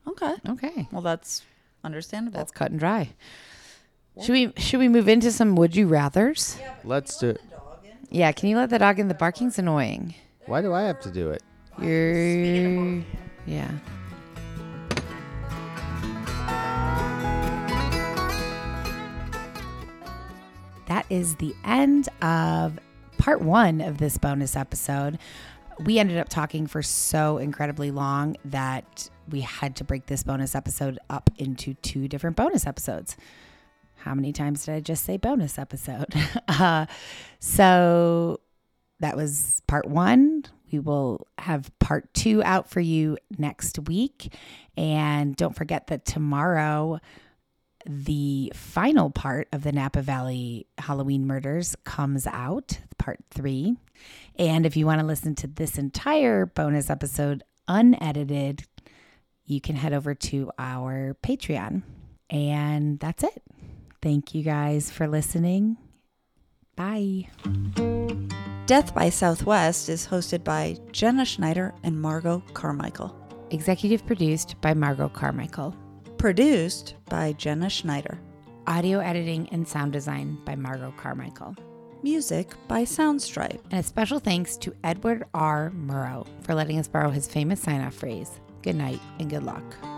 [SPEAKER 3] Okay.
[SPEAKER 1] Okay.
[SPEAKER 3] Well, that's understandable.
[SPEAKER 1] That's cut and dry. Should we should we move into some would you rather's?
[SPEAKER 2] Let's do it.
[SPEAKER 1] Yeah, can you let the dog in? The barking's annoying.
[SPEAKER 2] Why do I have to do it?
[SPEAKER 1] You're yeah. That is the end of part one of this bonus episode. We ended up talking for so incredibly long that we had to break this bonus episode up into two different bonus episodes. How many times did I just say bonus episode? uh, so that was part one. We will have part two out for you next week. And don't forget that tomorrow, the final part of the Napa Valley Halloween murders comes out, part three. And if you want to listen to this entire bonus episode unedited, you can head over to our Patreon. And that's it. Thank you guys for listening. Bye.
[SPEAKER 3] Death by Southwest is hosted by Jenna Schneider and Margot Carmichael.
[SPEAKER 1] Executive produced by Margot Carmichael.
[SPEAKER 3] Produced by Jenna Schneider.
[SPEAKER 1] Audio editing and sound design by Margot Carmichael.
[SPEAKER 3] Music by Soundstripe.
[SPEAKER 1] And a special thanks to Edward R. Murrow for letting us borrow his famous sign off phrase good night and good luck.